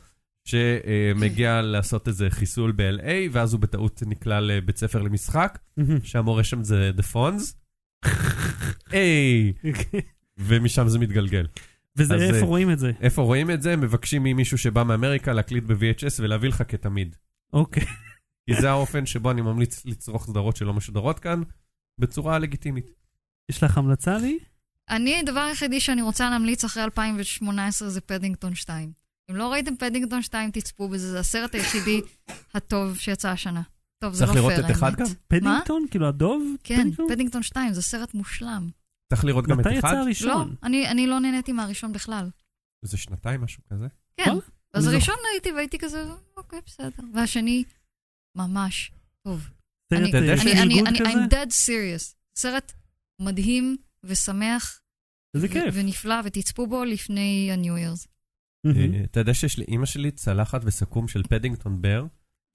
שמגיע לעשות איזה חיסול ב-LA, ואז הוא בטעות נקלע לבית ספר למשחק, שהמורה שם זה The Fonz. היי! ומשם זה מתגלגל. וזה אז, איפה אה, רואים את זה? איפה רואים את זה? מבקשים ממישהו שבא מאמריקה להקליט ב-VHS ולהביא לך כתמיד. אוקיי. כי זה האופן שבו אני ממליץ לצרוך סדרות שלא משודרות כאן, בצורה לגיטימית. יש לך המלצה לי? אני, הדבר היחידי שאני רוצה להמליץ אחרי 2018 זה פדינגטון 2. אם לא ראיתם פדינגטון 2, תצפו בזה, זה הסרט היחידי הטוב שיצא השנה. טוב, זה לא צריך פייר, לראות האמת. את אחד גם? פדינגטון? כאילו הדוב? כן, פדינגטון 2, זה סרט מושלם. צריך לראות גם את מתי יצא אחד? לא, הראשון? אני, אני לא נהניתי מהראשון בכלל. זה שנתיים, משהו כזה. כן. וואלה, אז אני הראשון הייתי והייתי כזה, אוקיי, בסדר. והשני, ממש טוב. סרט אני- אה, אני- של אני, אני, ניגוד אני, כזה? I'm dead serious. סרט מדהים ושמח איזה ו- כיף. ונפלא, ותצפו בו לפני ה-New Year's. מהמם. אה, אתה יודע שיש לאימא שלי צלחת וסכו"ם של פדינגטון בר,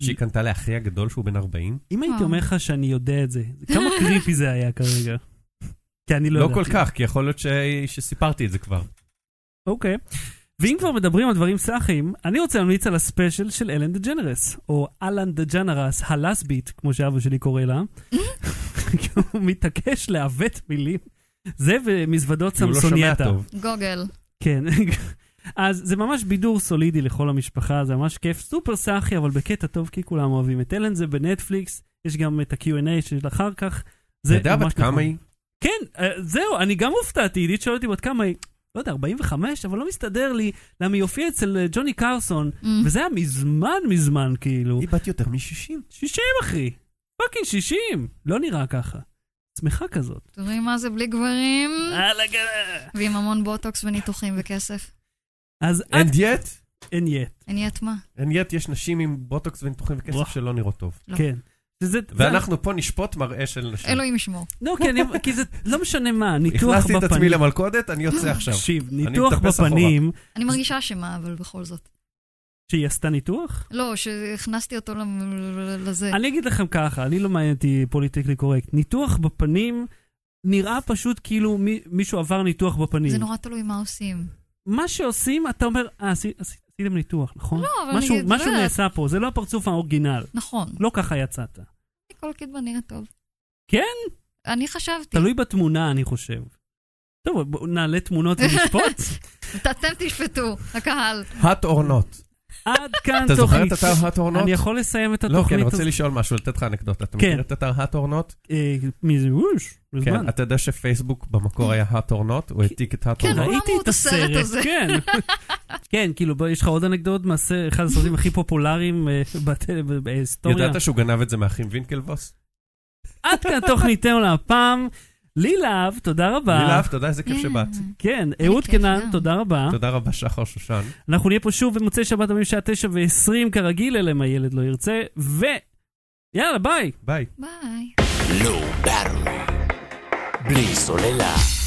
שהיא קנתה לאחי הגדול שהוא בן 40? אם הייתי וואו. אומר לך שאני יודע את זה, כמה קריפי זה היה כרגע? כי אני לא לא ידעתי. כל כך, כי יכול להיות ש- שסיפרתי את זה כבר. אוקיי. ואם כבר מדברים על דברים סאחים, אני רוצה להמליץ על הספיישל של אלן דה ג'נרס, או אלן דה ג'נרס, הלסבית, כמו שאבא שלי קורא לה. כי הוא מתעקש לעוות מילים. זה ומזוודות כי הוא לא שומע סמסונייטה. טוב. גוגל. כן. אז זה ממש בידור סולידי לכל המשפחה, זה ממש כיף, סופר סאחי, אבל בקטע טוב, כי כולם אוהבים את אלן, זה בנטפליקס, יש גם את ה-Q&A של אחר כך. אתה זה יודע ממש בת כמה נחמד. היא? כן, אה, זהו, אני גם הופתעתי, עידית שואלת אותי בת כמה היא, לא יודע, 45, אבל לא מסתדר לי למה היא הופיעה אצל אה, ג'וני קרסון, Mm. וזה היה מזמן מזמן, כאילו. בת יותר מ-60. 60, אחי, פאקינג 60, לא נראה ככה. שמחה כזאת. אה, אתם יודעים מה זה בלי גברים? יאללה, גלה. ועם המון בוטוקס וניתוחים וכסף. אז עד And yet, אין יט, אני את מה? and yet יש נשים עם בוטוקס וניתוחים וואו. וכסף שלא נראות טוב. לא. כן. וזה- זה- ואנחנו פה נשפוט מראה של נשים. אלוהים ישמור. לא, כי, אני, כי זה לא משנה מה, ניתוח הכנסתי בפנים. את עצמי למלכודת, אני יוצא עכשיו. תקשיב, אני ניתוח מטפס בפנים, אני מרגישה אשמה, אבל בכל זאת. שהיא עשתה ניתוח? לא, שהכנסתי אותו למ- לזה. אני אגיד לכם ככה, אני לא מעניין אותי פוליטיקלי קורקט. ניתוח בפנים נראה פשוט כאילו מי, מישהו עבר ניתוח בפנים. זה נורא תלוי מה עושים. מה שעושים, אתה אומר, אה, עשי- עשי- עשיתם ניתוח, נכון? לא, אבל משהו, נגיד, משהו לא יודעת. נעשה פה, זה לא הפרצוף האורגינל. נכון. לא ככה יצאת. כל קדמה נראה טוב. כן? אני חשבתי. תלוי בתמונה, אני חושב. טוב, בואו נעלה תמונות ונשפוט. אתם תשפטו, הקהל. hot or not. עד כאן אתה זוכר תוכנית. את אתר hot or אני not? יכול לסיים את לא, כי אני התוכנית הזאת? רוצה לשאול משהו, לתת לך אנקדוטה. אתה כן. מכיר את אתר hot or not? אה, מי זה? ווש, מזמן. כן, אתה יודע שפייסבוק במקור היה hot or not? הוא העתיק את hot or כן, not. כולם ראיתי ראו את הסרט הזה. כן, כן, כאילו, בוא, יש לך עוד אנקדוט מהסרט, אחד הסרטים הכי פופולריים אה, בטל- ב- בהיסטוריה. ידעת שהוא גנב את זה מהאחים וינקלבוס? עד כאן תוכניתנו להפעם. לי להב, תודה רבה. לי להב, תודה, איזה כיף שבאת. כן, אהוד כיף קנן, גם. תודה רבה. תודה רבה, שחר שושן. אנחנו נהיה פה שוב במוצאי שבת הבאים בשעה תשע ועשרים, כרגיל, אלא אם הילד לא ירצה, ו... יאללה, ביי. ביי. ביי. Low Battery. Bli Solela.